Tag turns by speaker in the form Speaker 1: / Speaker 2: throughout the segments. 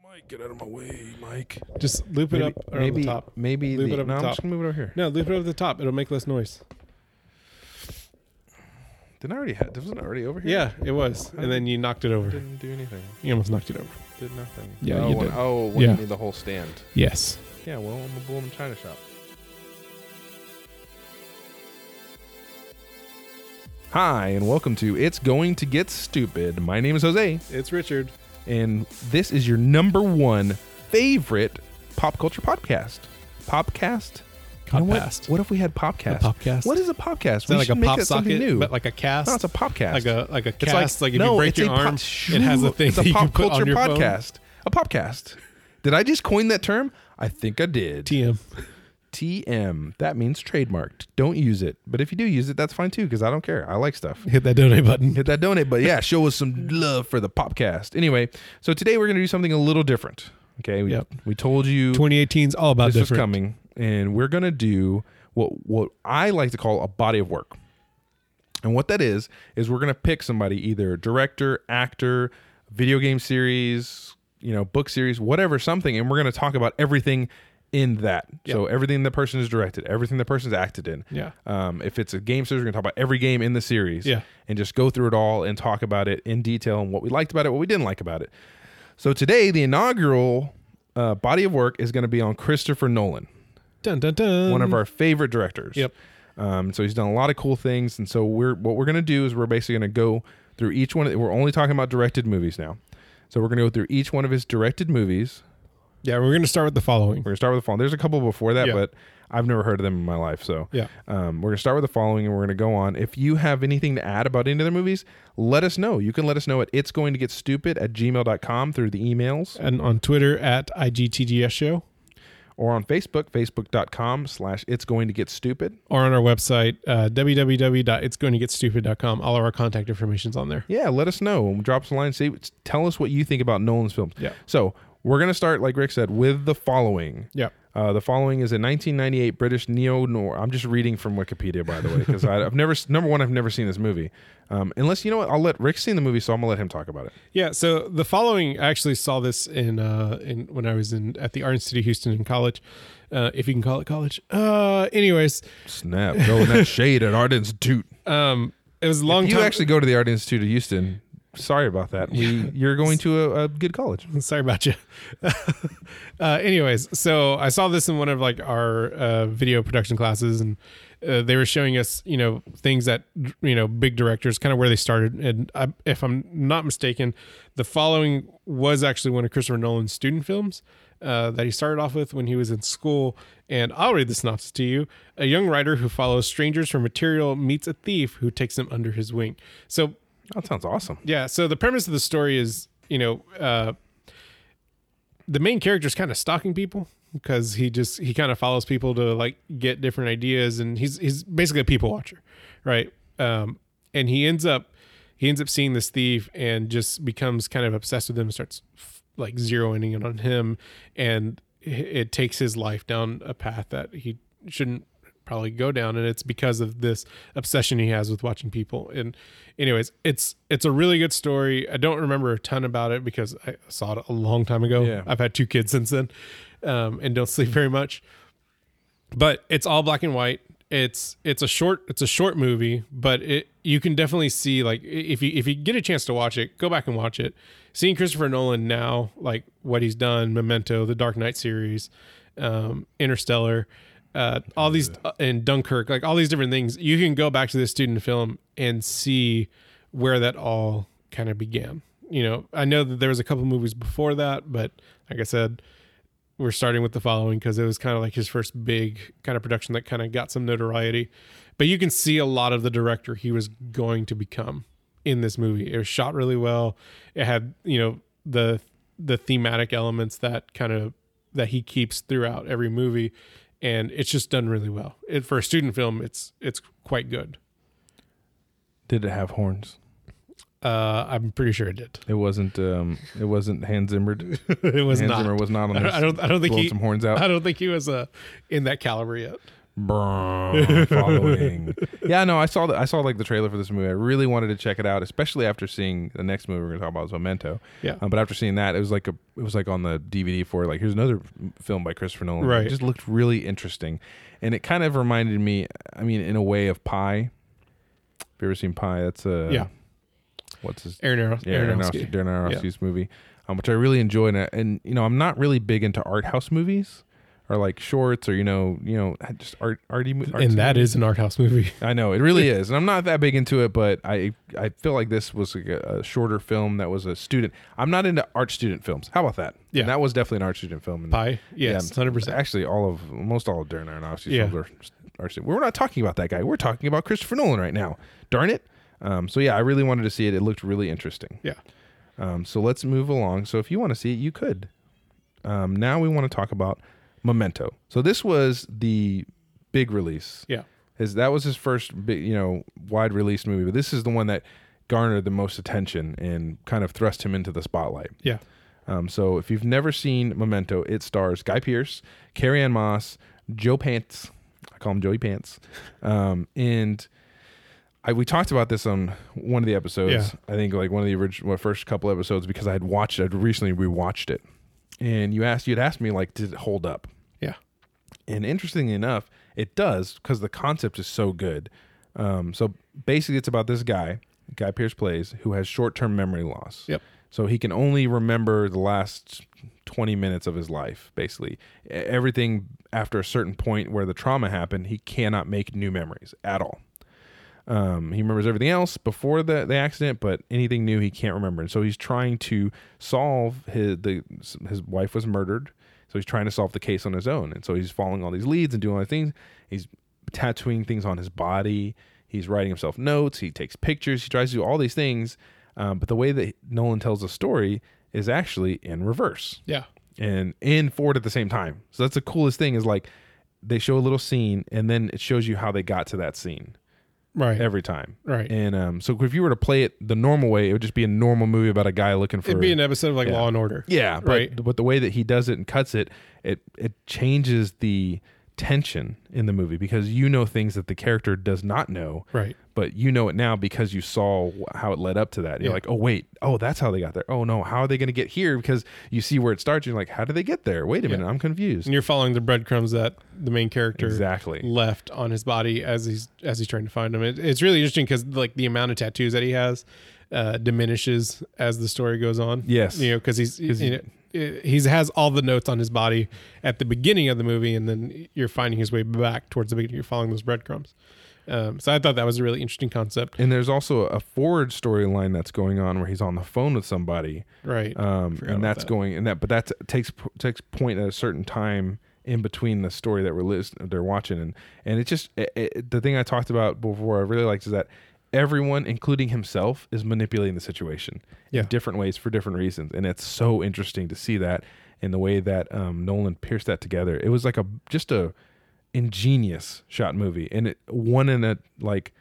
Speaker 1: Mike, get out of my way, Mike.
Speaker 2: Just loop it
Speaker 3: Maybe-
Speaker 2: up around
Speaker 3: maybe-
Speaker 2: the top.
Speaker 3: Maybe
Speaker 2: Leave
Speaker 3: the,
Speaker 2: it up
Speaker 3: no,
Speaker 2: top.
Speaker 3: I'm just gonna move it over here.
Speaker 2: No, loop it over the top. It'll make less noise.
Speaker 3: Didn't I already have? Wasn't it already over here?
Speaker 2: Yeah, it was. And then you knocked it over.
Speaker 3: Didn't do anything.
Speaker 2: You almost knocked it over.
Speaker 3: Did nothing.
Speaker 2: Yeah,
Speaker 3: Oh,
Speaker 2: you
Speaker 3: when,
Speaker 2: did.
Speaker 3: oh, when
Speaker 2: Yeah.
Speaker 3: you need the whole stand.
Speaker 2: Yes.
Speaker 3: Yeah. Well, I'm a bull in a china shop. Hi, and welcome to It's Going to Get Stupid. My name is Jose,
Speaker 2: It's Richard.
Speaker 3: and this is your number one favorite pop culture podcast. Popcast. You know what?
Speaker 2: Podcast.
Speaker 3: what if we had popcast?
Speaker 2: popcast.
Speaker 3: What is a popcast?
Speaker 2: Is that
Speaker 3: we
Speaker 2: like
Speaker 3: should
Speaker 2: a
Speaker 3: make
Speaker 2: pop
Speaker 3: that something
Speaker 2: socket,
Speaker 3: new.
Speaker 2: but like a cast?
Speaker 3: no, it's a popcast.
Speaker 2: like a like a
Speaker 3: It's
Speaker 2: cast. Like, if
Speaker 3: no,
Speaker 2: you break
Speaker 3: it's
Speaker 2: your
Speaker 3: a
Speaker 2: arm,
Speaker 3: pod-
Speaker 2: it has a thing
Speaker 3: It's
Speaker 2: that
Speaker 3: a
Speaker 2: you
Speaker 3: pop
Speaker 2: can put
Speaker 3: culture
Speaker 2: on your phone.
Speaker 3: podcast. A podcast. Did I just coin that term? I think I did.
Speaker 2: TM.
Speaker 3: TM. That means trademarked. Don't use it. But if you do use it, that's fine too, because I don't care. I like stuff.
Speaker 2: Hit that donate button.
Speaker 3: Hit that donate. But yeah, show us some love for the podcast. Anyway, so today we're gonna do something a little different. Okay. We,
Speaker 2: Yep.
Speaker 3: we told you
Speaker 2: 2018's all about
Speaker 3: this
Speaker 2: different.
Speaker 3: was coming, and we're gonna do what what I like to call a body of work. And what that is is we're gonna pick somebody, either director, actor, video game series, you know, book series, whatever, something, and we're gonna talk about everything in that. So everything the person has directed, everything the person's acted in.
Speaker 2: Yeah.
Speaker 3: Um, if it's a game series, we're gonna talk about every game in the series.
Speaker 2: Yeah.
Speaker 3: And just go through it all and talk about it in detail and what we liked about it, what we didn't like about it. So today, the inaugural uh, body of work is going to be on Christopher Nolan,
Speaker 2: Dun dun dun.
Speaker 3: one of our favorite directors.
Speaker 2: Mm-hmm. Yep.
Speaker 3: Um, so he's done a lot of cool things, and so we're what we're going to do is we're basically going to go through each one. Of, we're only talking about directed movies now, so we're going to go through each one of his directed movies.
Speaker 2: Yeah, we're gonna start with the following.
Speaker 3: We're going to start with the following. There's a couple before that,
Speaker 2: Yeah.
Speaker 3: but I've never heard of them in my life. So
Speaker 2: Yeah.
Speaker 3: um, we're going to start with the following, and we're going to go on. If you have anything to add about any of their movies, let us know. You can let us know at it's going to get stupid at gmail.com through the emails.
Speaker 2: And on Twitter at IGTGS show
Speaker 3: or on Facebook, facebook.com slash it's going to get stupid.
Speaker 2: or on our website, uh, www.itsgoingtogetstupid.com. All of our contact information's on there.
Speaker 3: Yeah, let us know. Drop us a line. See, tell us what you think about Nolan's films.
Speaker 2: Yeah.
Speaker 3: So we're going to start, like Rick said, with the following.
Speaker 2: Yeah.
Speaker 3: Uh, the following is a 1998 British neo noir. I'm just reading from Wikipedia, by the way, because I've never, s- number one, I've never seen this movie. Um, unless, you know what, I'll let Rick see the movie, so I'm going to let him talk about it.
Speaker 2: Yeah, so the following I actually saw this in uh in when I was in at the Art Institute Houston in college. Uh if you can call it college. Uh anyways,
Speaker 3: Snap. Throwing that shade at Art Institute.
Speaker 2: um it was a long
Speaker 3: If you
Speaker 2: time
Speaker 3: actually go to the Art Institute of Houston, sorry about that. We, you're going to a, a good college.
Speaker 2: Sorry about you. uh, anyways, so I saw this in one of like our uh, video production classes, and uh, they were showing us, you know, things that you know big directors kind of where they started. And I, if I'm not mistaken, the following was actually one of Christopher Nolan's student films. Uh, that he started off with when he was in school. And I'll read the synopsis to you. A young writer who follows strangers for material meets a thief who takes him under his wing. So
Speaker 3: That sounds awesome.
Speaker 2: yeah. So the premise of the story is, you know, uh, the main character is kind of stalking people because he just he kind of follows people to like get different ideas, and he's he's basically a people watcher, right? Um, and he ends up he ends up seeing this thief and just becomes kind of obsessed with him, starts f- like zeroing in on him, and i- it takes his life down a path that he shouldn't probably go down and it's because of this obsession he has with watching people and anyways it's it's a really good story i don't remember a ton about it because i saw it a long time ago
Speaker 3: Yeah.
Speaker 2: i've had two kids since then um, and don't sleep very much but it's all black and white it's it's a short it's a short movie but it you can definitely see like i- if you if you get a chance to watch it go back and watch it seeing christopher nolan now like what he's done memento the dark knight series um interstellar uh all these uh, and dunkirk like all these different things you can go back to this student film and see where that all kind of began you know i know that there was a couple movies before that but like i said we're starting with the following because it was kind of like his first big kind of production that kind of got some notoriety. But you can see a lot of the director he was going to become in this movie. It was shot really well. It had you know the the thematic elements that kind of that he keeps throughout every movie, and it's just done really well. It, for a student film, it's it's quite good.
Speaker 3: Did it have horns?
Speaker 2: Uh, I'm pretty sure it did.
Speaker 3: It wasn't. Um, it wasn't hand zimmered.
Speaker 2: it was
Speaker 3: Hans
Speaker 2: not.
Speaker 3: Zimmer was not on
Speaker 2: I don't.
Speaker 3: this.
Speaker 2: I don't, I don't think
Speaker 3: Blowing
Speaker 2: he.
Speaker 3: some horns out.
Speaker 2: I don't think he was uh, in that caliber yet.
Speaker 3: Brrrr, following. yeah, no, I saw the, I saw like the trailer for this movie. I really wanted to check it out, especially after seeing the next movie we're going to talk about is Memento.
Speaker 2: Yeah.
Speaker 3: Um, but after seeing that, it was like a it was like on the DVD for like here's another f- film by Christopher Nolan.
Speaker 2: Right.
Speaker 3: It just looked really interesting, and it kind of reminded me. I mean, in a way, of Pie. Have you ever seen Pie? That's a
Speaker 2: Yeah.
Speaker 3: What's his
Speaker 2: Aaron Aronofsky.
Speaker 3: yeah, Darren
Speaker 2: Aronofsky.
Speaker 3: Aronofsky, Darren Aronofsky's movie, um, which I really enjoy. And, I- and you know, I'm not really big into art house movies or like shorts or you know, you know, just art arty. mo- artsy
Speaker 2: and that
Speaker 3: movies.
Speaker 2: is an art house movie.
Speaker 3: I know it really is, and I'm not that big into it, but I I feel like this was like a, a shorter film that was a student. I'm not into art student films. How about that?
Speaker 2: Yeah.
Speaker 3: And that was definitely an art student film. And-
Speaker 2: Pie. Yes,
Speaker 3: yeah,
Speaker 2: hundred percent.
Speaker 3: Actually, all of most all of Darren Aronofsky's
Speaker 2: Yeah.
Speaker 3: films are, are. shit. We're not talking about that guy. We're talking about Christopher Nolan right now. Darn it. Um, so yeah, I really wanted to see it. It looked really interesting.
Speaker 2: Yeah.
Speaker 3: Um, so let's move along. So if you want to see it, you could. Um, now we want to talk about Memento. So this was the big release.
Speaker 2: Yeah.
Speaker 3: His that was his first big, you know, wide release movie, but this is the one that garnered the most attention and kind of thrust him into the spotlight.
Speaker 2: Yeah.
Speaker 3: Um, so if you've never seen Memento, it stars Guy Pearce, Carrie Ann Moss, Joe Pants. I call him Joey Pants. Um, and I, we talked about this on one of the episodes.
Speaker 2: Yeah.
Speaker 3: I think like one of the original well, first couple episodes because I had watched I'd recently rewatched it. And you asked you'd asked me like, did it hold up?
Speaker 2: Yeah.
Speaker 3: And interestingly enough, it does because the concept is so good. Um, so basically, it's about this guy, Guy Pierce plays, who has short term memory loss.
Speaker 2: Yep.
Speaker 3: So he can only remember the last 20 minutes of his life, basically. E- Everything after a certain point where the trauma happened, he cannot make new memories at all. Um, he remembers everything else before the, the accident, but anything new he can't remember. And so he's trying to solve his the his wife was murdered, so he's trying to solve the case on his own. And so he's following all these leads and doing all these things. He's tattooing things on his body. He's writing himself notes. He takes pictures. He tries to do all these things. Um, but the way that Nolan tells the story is actually in reverse
Speaker 2: Yeah.
Speaker 3: and and forward at the same time. So that's the coolest thing is like they show a little scene and then it shows you how they got to that scene
Speaker 2: Right.
Speaker 3: every time.
Speaker 2: Right.
Speaker 3: And um, so if you were to play it the normal way, it would just be a normal movie about a guy looking for.
Speaker 2: It'd be an episode of like
Speaker 3: Yeah.
Speaker 2: Law and Order.
Speaker 3: yeah, but,
Speaker 2: right.
Speaker 3: But the way that he does it and cuts it, it it changes the tension in the movie because you know things that the character does not know,
Speaker 2: Right.
Speaker 3: but you know it now because you saw wh- how it led up to that. You're
Speaker 2: Yeah.
Speaker 3: like, oh wait, oh that's how they got there. Oh no, how are they going to get here? Because you see where it starts. You're like, how did they get there? Wait a minute, I'm confused.
Speaker 2: And you're following the breadcrumbs that the main character
Speaker 3: Exactly.
Speaker 2: left on his body as he's as he's trying to find him. It, it's really interesting because like the amount of tattoos that he has uh, diminishes as the story goes on.
Speaker 3: Yes.
Speaker 2: you know because he's
Speaker 3: he-
Speaker 2: you know, he's has all the notes on his body at the beginning of the movie, and then you're finding his way back towards the beginning. You're following those breadcrumbs. Um, so I thought that was a really interesting concept.
Speaker 3: And there's also a forward storyline that's going on where he's on the phone with somebody.
Speaker 2: Right.
Speaker 3: um,
Speaker 2: Forgot
Speaker 3: and
Speaker 2: about
Speaker 3: that's
Speaker 2: that.
Speaker 3: going and that but that takes takes point at a certain time in between the story that we're listening they're watching and and it's just it, it, the thing I talked about before I really liked is that everyone including himself is manipulating the situation
Speaker 2: Yeah.
Speaker 3: in different ways for different reasons and it's so interesting to see that and the way that um, Nolan pierced that together it was like a just a ingenious shot movie and it one in a like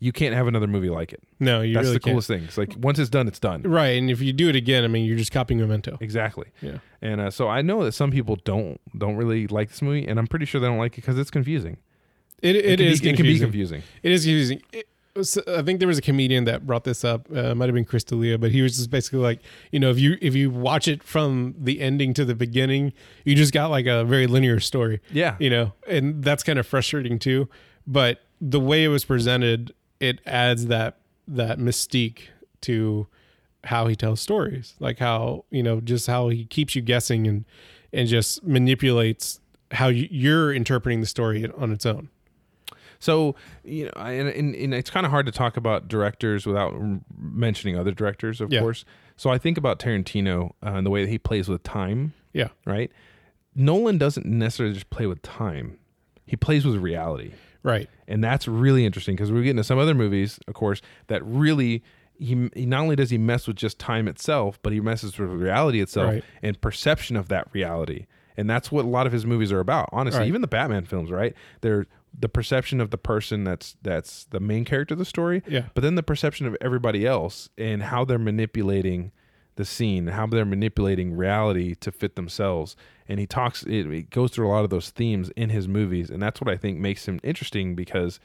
Speaker 3: you can't have another movie like it
Speaker 2: no, you
Speaker 3: that's
Speaker 2: really
Speaker 3: the
Speaker 2: can't.
Speaker 3: coolest thing it's like once it's done it's done
Speaker 2: Right, and if you do it again, I mean, you're just copying Memento.
Speaker 3: Exactly.
Speaker 2: Yeah.
Speaker 3: And uh, so I know that some people don't don't really like this movie, and I'm pretty sure they don't like it because it's confusing.
Speaker 2: It, it
Speaker 3: can
Speaker 2: is
Speaker 3: Be, it can be confusing.
Speaker 2: It is confusing. It was, I think there was a comedian that brought this up. Uh, it might have been Chris D'Elia, but he was just basically like, you know, if you if you watch it from the ending to the beginning, you just got like a very linear story.
Speaker 3: Yeah.
Speaker 2: You know, and that's kind of frustrating too. But the way it was presented, it adds that that mystique to how he tells stories, like how you know just how he keeps you guessing and and just manipulates how you- you're interpreting the story on its own.
Speaker 3: So you know, I- and, and, and it's kind of hard to talk about directors without m- mentioning other directors, of
Speaker 2: Yeah.
Speaker 3: course. So I think about Tarantino uh, and the way that he plays with time.
Speaker 2: Yeah.
Speaker 3: Right. Nolan doesn't necessarily just play with time; he plays with reality.
Speaker 2: Right.
Speaker 3: and that's really interesting because we're getting to some other movies, of course, that really he, he not only does he mess with just time itself, but he messes with reality itself
Speaker 2: Right.
Speaker 3: and perception of that reality, and that's what a lot of his movies are about. Honestly,
Speaker 2: Right.
Speaker 3: even the Batman films, right? They're the perception of the person that's that's the main character of the story,
Speaker 2: Yeah.
Speaker 3: but then the perception of everybody else and how they're manipulating the scene, how they're manipulating reality to fit themselves. And he talks, it, it goes through a lot of those themes in his movies, and that's what I think makes him interesting because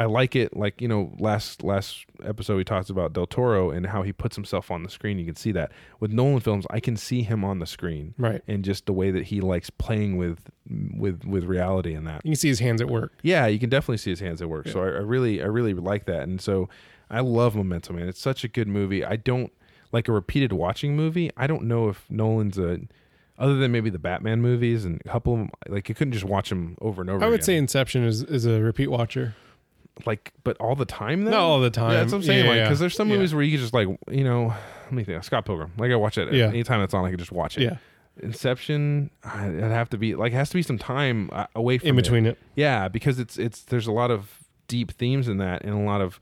Speaker 3: I like it. Like you know, last last episode we talked about Del Toro and how he puts himself on the screen. You can see that with Nolan films, I can see him on the screen,
Speaker 2: Right.
Speaker 3: And just the way that he likes playing with with with reality and that.
Speaker 2: You can see his hands at work.
Speaker 3: Yeah, you can definitely see his hands at work. So I, I really, I really like that, and so I love Momentum, man. It's such a good movie. I don't like a repeated watching movie. I don't know if Nolan's a, other than maybe the Batman movies and a couple of 'em, like you couldn't just watch them over and over.
Speaker 2: I would
Speaker 3: again.
Speaker 2: say Inception is, is a repeat watcher.
Speaker 3: like, but all the time though.
Speaker 2: Not all the time.
Speaker 3: Yeah, that's what I'm saying.
Speaker 2: Yeah,
Speaker 3: like,
Speaker 2: yeah,
Speaker 3: because there's some
Speaker 2: yeah.
Speaker 3: movies where you can just like, you know, let me think. Scott Pilgrim. Like I watch it
Speaker 2: Yeah.
Speaker 3: anytime it's on. I can just watch it.
Speaker 2: Yeah,
Speaker 3: Inception. I- It'd have to be like it has to be some time uh, away from
Speaker 2: in
Speaker 3: it.
Speaker 2: between it.
Speaker 3: Yeah, because it's it's there's a lot of deep themes in that, and a lot of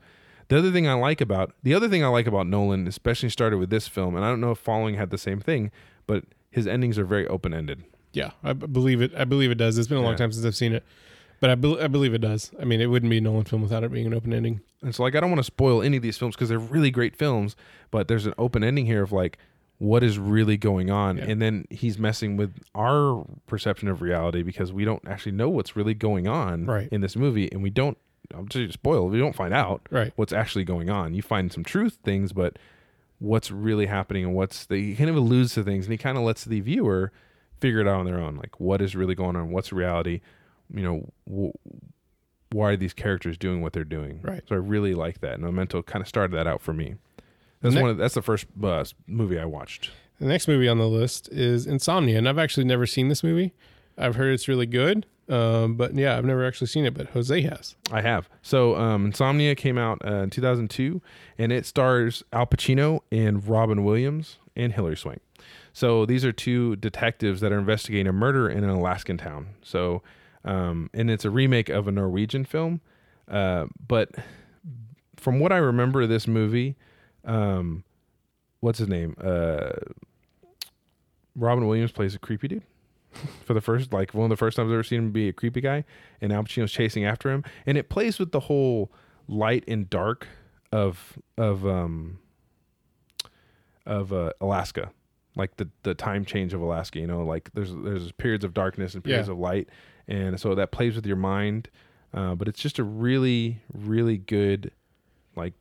Speaker 3: the other thing I like about the other thing I like about Nolan, especially started with this film, and I don't know if Following had the same thing, but his endings are very open ended.
Speaker 2: Yeah, I b- believe it. I believe it does. It's been a long
Speaker 3: Yeah.
Speaker 2: time since I've seen it, but I, bel I believe it does. I mean, it wouldn't be a Nolan film without it being an open ending.
Speaker 3: And so like I don't want to spoil any of these films because they're really great films, but there's an open ending here of like what is really going on,
Speaker 2: Yeah.
Speaker 3: and then he's messing with our perception of reality because we don't actually know what's really going on
Speaker 2: Right.
Speaker 3: in this movie, and we don't. I'm just spoiled. We don't find out
Speaker 2: Right.
Speaker 3: what's actually going on. You find some truth things, but what's really happening and what's the he kind of alludes to things and he kind of lets the viewer figure it out on their own. Like what is really going on? What's reality? You know, wh- why are these characters doing what they're doing?
Speaker 2: Right.
Speaker 3: So I really like that. And Memento kind of started that out for me. That's
Speaker 2: Ne-
Speaker 3: one. Of, that's the first uh, movie I watched.
Speaker 2: The next movie on the list is Insomnia, and I've actually never seen this movie. I've heard it's really good, um, but yeah, I've never actually seen it. But Jose has.
Speaker 3: I have. So um, Insomnia came out uh, in 2002, and it stars Al Pacino and Robin Williams and Hilary Swank. So these are two detectives that are investigating a murder in an Alaskan town. So, um, and it's a remake of a Norwegian film. Uh, but from what I remember, of this movie, um, what's his name? Uh, Robin Williams plays a creepy dude for the first like one of the first times I've ever seen him be a creepy guy, and Al Pacino's chasing after him, and it plays with the whole light and dark of of um of uh, Alaska, like the the time change of Alaska. You know, like there's there's periods of darkness and periods
Speaker 2: Yeah.
Speaker 3: of light, and so that plays with your mind. Uh, but it's just a really really good like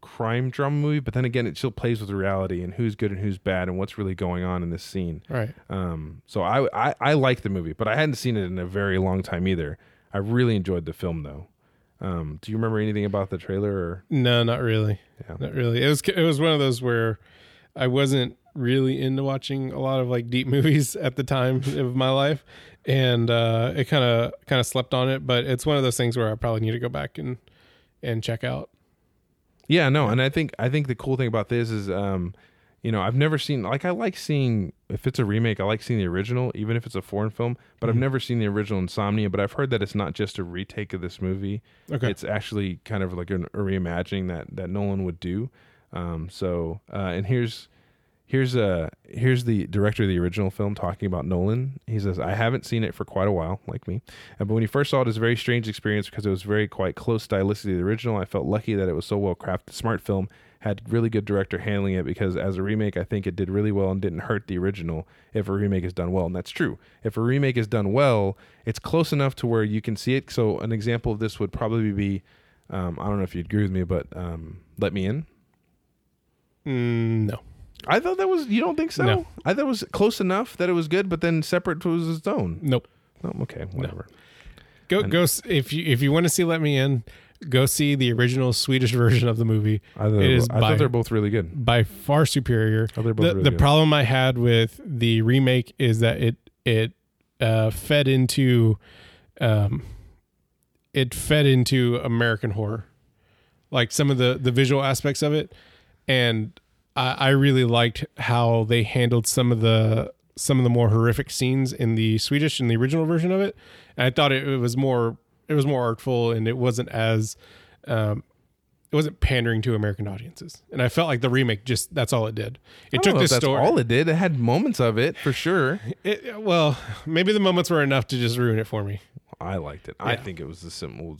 Speaker 3: crime drama movie. But then again, it still plays with reality and who's good and who's bad and what's really going on in this scene.
Speaker 2: Right.
Speaker 3: Um, so I, I I like the movie, but I hadn't seen it in a very long time either. I really enjoyed the film though. Um, do you remember anything about the trailer? Or
Speaker 2: No, not really.
Speaker 3: Yeah.
Speaker 2: Not really. It was it was one of those where I wasn't really into watching a lot of like deep movies at the time of my life, and uh, it kind of kind of slept on it. But it's one of those things where I probably need to go back and and check out.
Speaker 3: yeah, no. And I think I think the cool thing about this is, um, you know, I've never seen like I like seeing if it's a remake, I like seeing the original, even if it's a foreign film. But I've never seen the original Insomnia. But I've heard that it's not just a retake of this movie.
Speaker 2: Okay.
Speaker 3: It's actually kind of like an, a reimagining that that Nolan would do. Um, so uh, and here's here's uh here's the director of the original film talking about Nolan. He says, "I haven't seen it for quite a while, like me. Uh, but when you first saw it, it was a very strange experience because it was very quite close stylistically to the original. I felt lucky that it was so well crafted, smart film." Had really good director handling it because as a remake, I think it did really well and didn't hurt the original. If a remake is done well, and that's true. If a remake is done well, it's close enough to where you can see it. So an example of this would probably be, um, I don't know if you'd agree with me, but um, Let Me In.
Speaker 2: Mm, no.
Speaker 3: I thought that was you don't think so?
Speaker 2: No.
Speaker 3: I thought it was close enough that it was good, but then separate was its own.
Speaker 2: Nope.
Speaker 3: Oh, okay, whatever.
Speaker 2: Go go s- if you if you want to see Let Me In, go see the original Swedish version of the movie.
Speaker 3: I thought,
Speaker 2: It is
Speaker 3: I
Speaker 2: by-
Speaker 3: thought they're both really good.
Speaker 2: By far superior.
Speaker 3: Oh, they're both
Speaker 2: the
Speaker 3: really
Speaker 2: the
Speaker 3: good.
Speaker 2: problem I had with the remake is that it it uh, fed into um, it fed into American horror, like some of the the visual aspects of it, and I, I really liked how they handled some of the some of the more horrific scenes in the Swedish and the original version of it, and I thought it, it was more it was more artful and it wasn't as um, it wasn't pandering to American audiences, and I felt like the remake just that's all it did. It
Speaker 3: I don't
Speaker 2: took
Speaker 3: know if
Speaker 2: this
Speaker 3: that's
Speaker 2: story.
Speaker 3: all it did. It had moments of it for sure.
Speaker 2: It, well, maybe the moments were enough to just ruin it for me.
Speaker 3: I liked it. I think it was the same.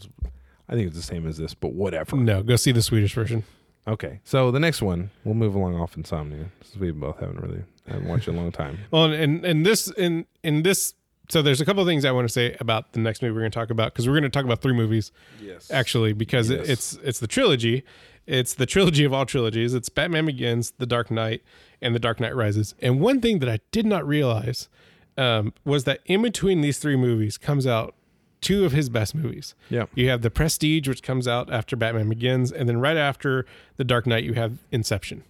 Speaker 3: I think it was the same as this, but whatever.
Speaker 2: No, go see the Swedish version.
Speaker 3: Okay, so the next one we'll move along off insomnia since we both haven't really haven't watched it in a long time.
Speaker 2: Well, and- and and this in in this so there's a couple of things I want to say about the next movie we're going to talk about because we're going to talk about three movies
Speaker 3: Yes.
Speaker 2: actually because it,
Speaker 3: Yes.
Speaker 2: it's it's the trilogy, it's the trilogy of all trilogies. It's Batman Begins, The Dark Knight, and The Dark Knight Rises. And one thing that I did not realize um, was that in between these three movies comes out two of his best movies.
Speaker 3: Yeah.
Speaker 2: You have The Prestige, which comes out after Batman Begins, and then right after The Dark Knight, you have Inception.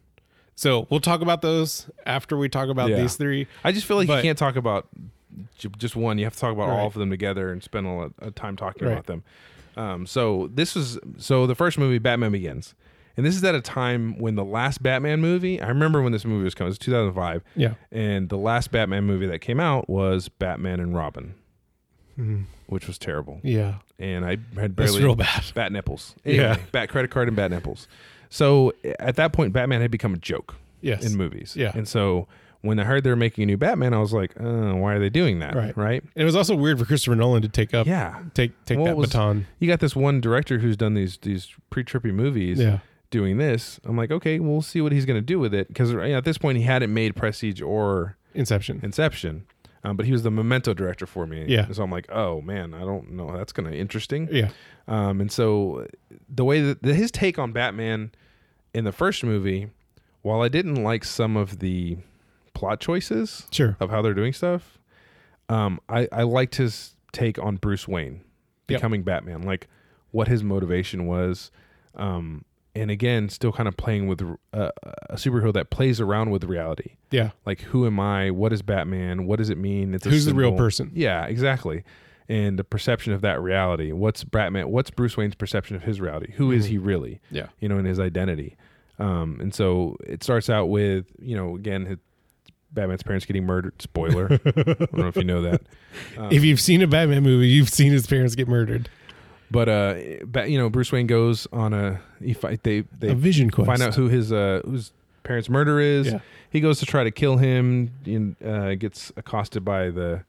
Speaker 2: So we'll talk about those after we talk about
Speaker 3: Yeah.
Speaker 2: these three.
Speaker 3: I just feel like you
Speaker 2: But-
Speaker 3: can't talk about j- just one. You have to talk about
Speaker 2: Right.
Speaker 3: all of them together and spend a lot of time talking
Speaker 2: Right.
Speaker 3: about them. Um, so this is so the first movie, Batman Begins, and this is at a time when the last Batman movie. I remember when this movie was coming. It was 2005.
Speaker 2: Yeah.
Speaker 3: and the last Batman movie that came out was Batman and Robin, which was terrible.
Speaker 2: Yeah.
Speaker 3: And I had
Speaker 2: Hmm. That's
Speaker 3: barely
Speaker 2: real bad.
Speaker 3: bat nipples.
Speaker 2: Yeah.
Speaker 3: bat credit card and bat nipples. So at that point, Batman had become a joke
Speaker 2: Yes.
Speaker 3: in movies.
Speaker 2: Yeah.
Speaker 3: And so when I heard they were making a new Batman, I was like, uh, why are they doing that?
Speaker 2: Right. It was also weird for Christopher Nolan to take up
Speaker 3: Yeah.
Speaker 2: take take
Speaker 3: Well, it
Speaker 2: that
Speaker 3: was-
Speaker 2: baton.
Speaker 3: You got this one director who's done these these pre trippy movies
Speaker 2: Yeah.
Speaker 3: doing this. I'm like, okay, we'll see what he's going to do with it. Because at this point, he hadn't made Prestige or
Speaker 2: Inception.
Speaker 3: Inception. Um, but he was the memento director for me.
Speaker 2: Yeah.
Speaker 3: So I'm like, oh man, I don't know. That's gonna interesting.
Speaker 2: Yeah.
Speaker 3: Um, and so the way that the, his take on Batman in the first movie, while I didn't like some of the plot choices
Speaker 2: Sure.
Speaker 3: of how they're doing stuff, um, I, I liked his take on Bruce Wayne
Speaker 2: Yep.
Speaker 3: becoming Batman, like what his motivation was. Um, and again, still kind of playing with uh, a superhero that plays around with reality
Speaker 2: Yeah.
Speaker 3: like who am I? What is Batman? What does it mean? It's a
Speaker 2: Who's the real
Speaker 3: symbol.
Speaker 2: person?
Speaker 3: Yeah, exactly. And the perception of that reality. What's Batman? What's Bruce Wayne's perception of his reality? Who is he really?
Speaker 2: Mm-hmm. Yeah.
Speaker 3: You know, in his identity. Um, and so it starts out with you know again his, Batman's parents getting murdered. Spoiler. I don't know if you know that.
Speaker 2: if you've seen a Batman movie, you've seen his parents get murdered.
Speaker 3: But uh, Ba- you know Bruce Wayne goes on a he fight they they
Speaker 2: a vision quest.
Speaker 3: find out who his uh whose parents' murderer is.
Speaker 2: Yeah.
Speaker 3: He goes to try to kill him. And, uh, gets accosted by the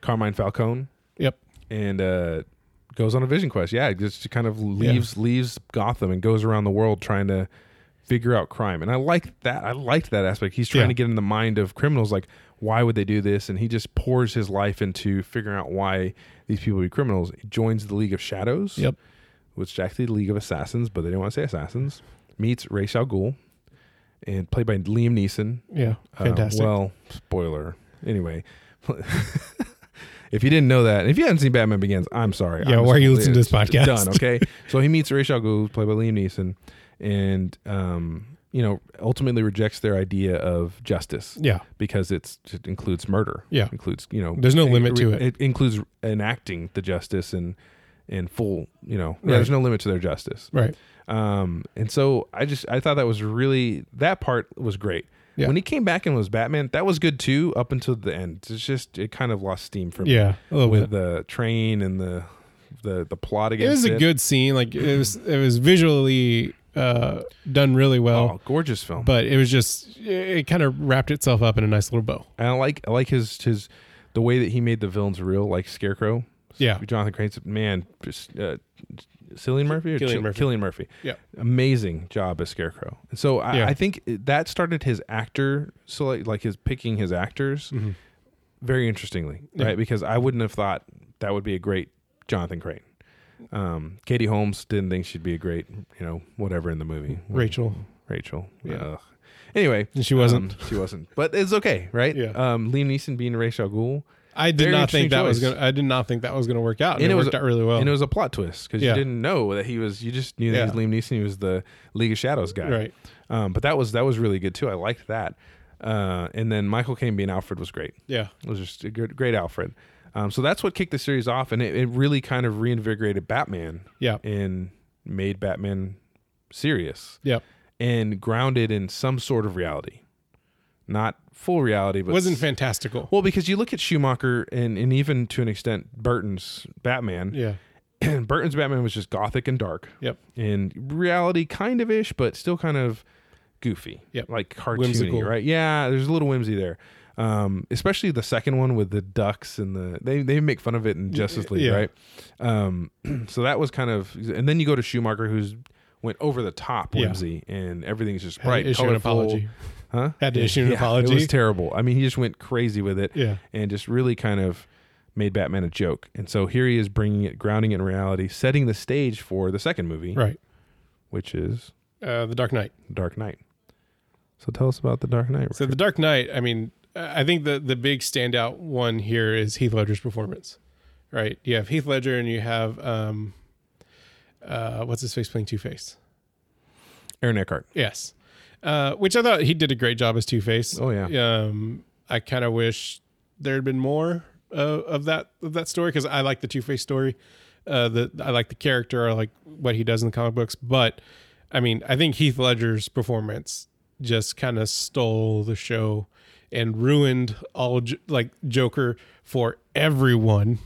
Speaker 3: Carmine Falcone
Speaker 2: Yep.
Speaker 3: and uh, goes on a vision quest. Yeah, just kind of leaves leaves Gotham and goes around the world trying to figure out crime. And I like that. I liked that aspect. He's trying
Speaker 2: Yeah.
Speaker 3: to get in the mind of criminals. Like, why would they do this? And he just pours his life into figuring out why these people be criminals. He joins the League of Shadows
Speaker 2: Yep.
Speaker 3: which is actually the League of Assassins, but they didn't want to say assassins, meets Ra's al Ghul, and played by Liam Neeson.
Speaker 2: Yeah.
Speaker 3: Uh,
Speaker 2: Fantastic.
Speaker 3: well, spoiler. Anyway, if you didn't know that, and if you haven't seen Batman Begins, I'm sorry.
Speaker 2: Yeah,
Speaker 3: I'm
Speaker 2: why are you
Speaker 3: just-
Speaker 2: listening to this podcast?
Speaker 3: Done. Okay, so he meets Ra's al Ghul, played by Liam Neeson, and um, you know, ultimately rejects their idea of justice
Speaker 2: yeah.
Speaker 3: because it's it includes murder.
Speaker 2: Yeah.
Speaker 3: includes you know.
Speaker 2: There's no limit to it.
Speaker 3: It includes enacting the justice and and full you know. yeah,
Speaker 2: Right.
Speaker 3: There's no limit to their justice.
Speaker 2: Right.
Speaker 3: Um, and so I just I thought that was really that part was great.
Speaker 2: Yeah.
Speaker 3: When he came back and was Batman, that was good too up until the end. It's just it kind of lost steam for me
Speaker 2: Yeah. A little
Speaker 3: with
Speaker 2: bit.
Speaker 3: the train and the the the plot
Speaker 2: It
Speaker 3: against
Speaker 2: was
Speaker 3: it.
Speaker 2: a good scene. Like it was it was visually uh done really well.
Speaker 3: oh, gorgeous film.
Speaker 2: But it was just it, it kind of wrapped itself up in a nice little bow.
Speaker 3: And I like I like his his the way that he made the villains real, like Scarecrow.
Speaker 2: Yeah.
Speaker 3: Jonathan Crane's man, just, uh, Cillian Murphy or
Speaker 2: Cillian
Speaker 3: Ch-
Speaker 2: Murphy.
Speaker 3: Cillian Murphy.
Speaker 2: Yeah.
Speaker 3: amazing job as Scarecrow. And so I,
Speaker 2: Yeah.
Speaker 3: I think that started his actor select, like his picking his actors, very interestingly,
Speaker 2: Mm-hmm. Yeah.
Speaker 3: right? Because I wouldn't have thought that would be a great Jonathan Crane. Um, Katie Holmes didn't think she'd be a great, you know, whatever in the movie.
Speaker 2: Rachel.
Speaker 3: Rachel.
Speaker 2: Yeah.
Speaker 3: Ugh. Anyway,
Speaker 2: And she wasn't.
Speaker 3: um, she wasn't, but it's okay, right?
Speaker 2: Yeah.
Speaker 3: Um, Liam Neeson being Ra's al Ghul,
Speaker 2: I did
Speaker 3: very
Speaker 2: not think
Speaker 3: interesting
Speaker 2: that was
Speaker 3: choice.
Speaker 2: gonna I did not think that was gonna work out. And,
Speaker 3: And
Speaker 2: it,
Speaker 3: it was-
Speaker 2: worked out really well.
Speaker 3: and it was a plot twist because
Speaker 2: Oh. Yeah.
Speaker 3: you didn't know that he was. You just knew
Speaker 2: Yeah.
Speaker 3: that he was Liam Neeson. He was the League of Shadows guy,
Speaker 2: right.
Speaker 3: Um, but that was that was really good too. I liked that. Uh, and then Michael Caine being Alfred was great.
Speaker 2: Yeah.
Speaker 3: It was just a good, great Alfred. Um, so that's what kicked the series off, and it, it really kind of reinvigorated Batman
Speaker 2: Yeah.
Speaker 3: and made Batman serious
Speaker 2: Yeah.
Speaker 3: and grounded in some sort of reality, not full reality, but
Speaker 2: wasn't fantastical.
Speaker 3: well because you look at Schumacher and and even to an extent Burton's Batman.
Speaker 2: Yeah.
Speaker 3: Burton's Batman was just gothic and dark
Speaker 2: Yep.
Speaker 3: in reality kind of ish, but still kind of goofy.
Speaker 2: Yep.
Speaker 3: Like cartoony,
Speaker 2: Whimsical.
Speaker 3: right? Yeah, there's a little whimsy there. Um, especially the second one with the ducks and the they they make fun of it in Justice League,
Speaker 2: yeah.
Speaker 3: right? Um, so that was kind of and then you go to Schumacher who's went over the top
Speaker 2: Yeah.
Speaker 3: whimsy, and everything's just
Speaker 2: Had to
Speaker 3: bright,
Speaker 2: issue an
Speaker 3: colorful.
Speaker 2: apology.
Speaker 3: Huh?
Speaker 2: Had to issue an
Speaker 3: Yeah, It
Speaker 2: apology.
Speaker 3: was terrible. I mean, he just went crazy with it,
Speaker 2: Yeah.
Speaker 3: and just really kind of made Batman a joke. And so here he is, bringing it, grounding it in reality, setting the stage for the second movie,
Speaker 2: Right.
Speaker 3: which is
Speaker 2: Uh, the Dark Knight.
Speaker 3: Dark Knight. So tell us about the Dark Knight.
Speaker 2: So the Dark Knight, I mean, I I think the the big standout one here is Heath Ledger's performance, right? You have Heath Ledger and you have um, uh, what's his face playing Two Face?
Speaker 3: Aaron Eckhart.
Speaker 2: Yes, uh, which I thought he did a great job as Two Face.
Speaker 3: Oh, yeah.
Speaker 2: Um, I kind of wish there had been more uh, of that of that story because I like the Two Face story. Uh, the I like the character. I like what he does in the comic books. But I mean, I think Heath Ledger's performance just kind of stole the show and ruined all J- like Joker for everyone,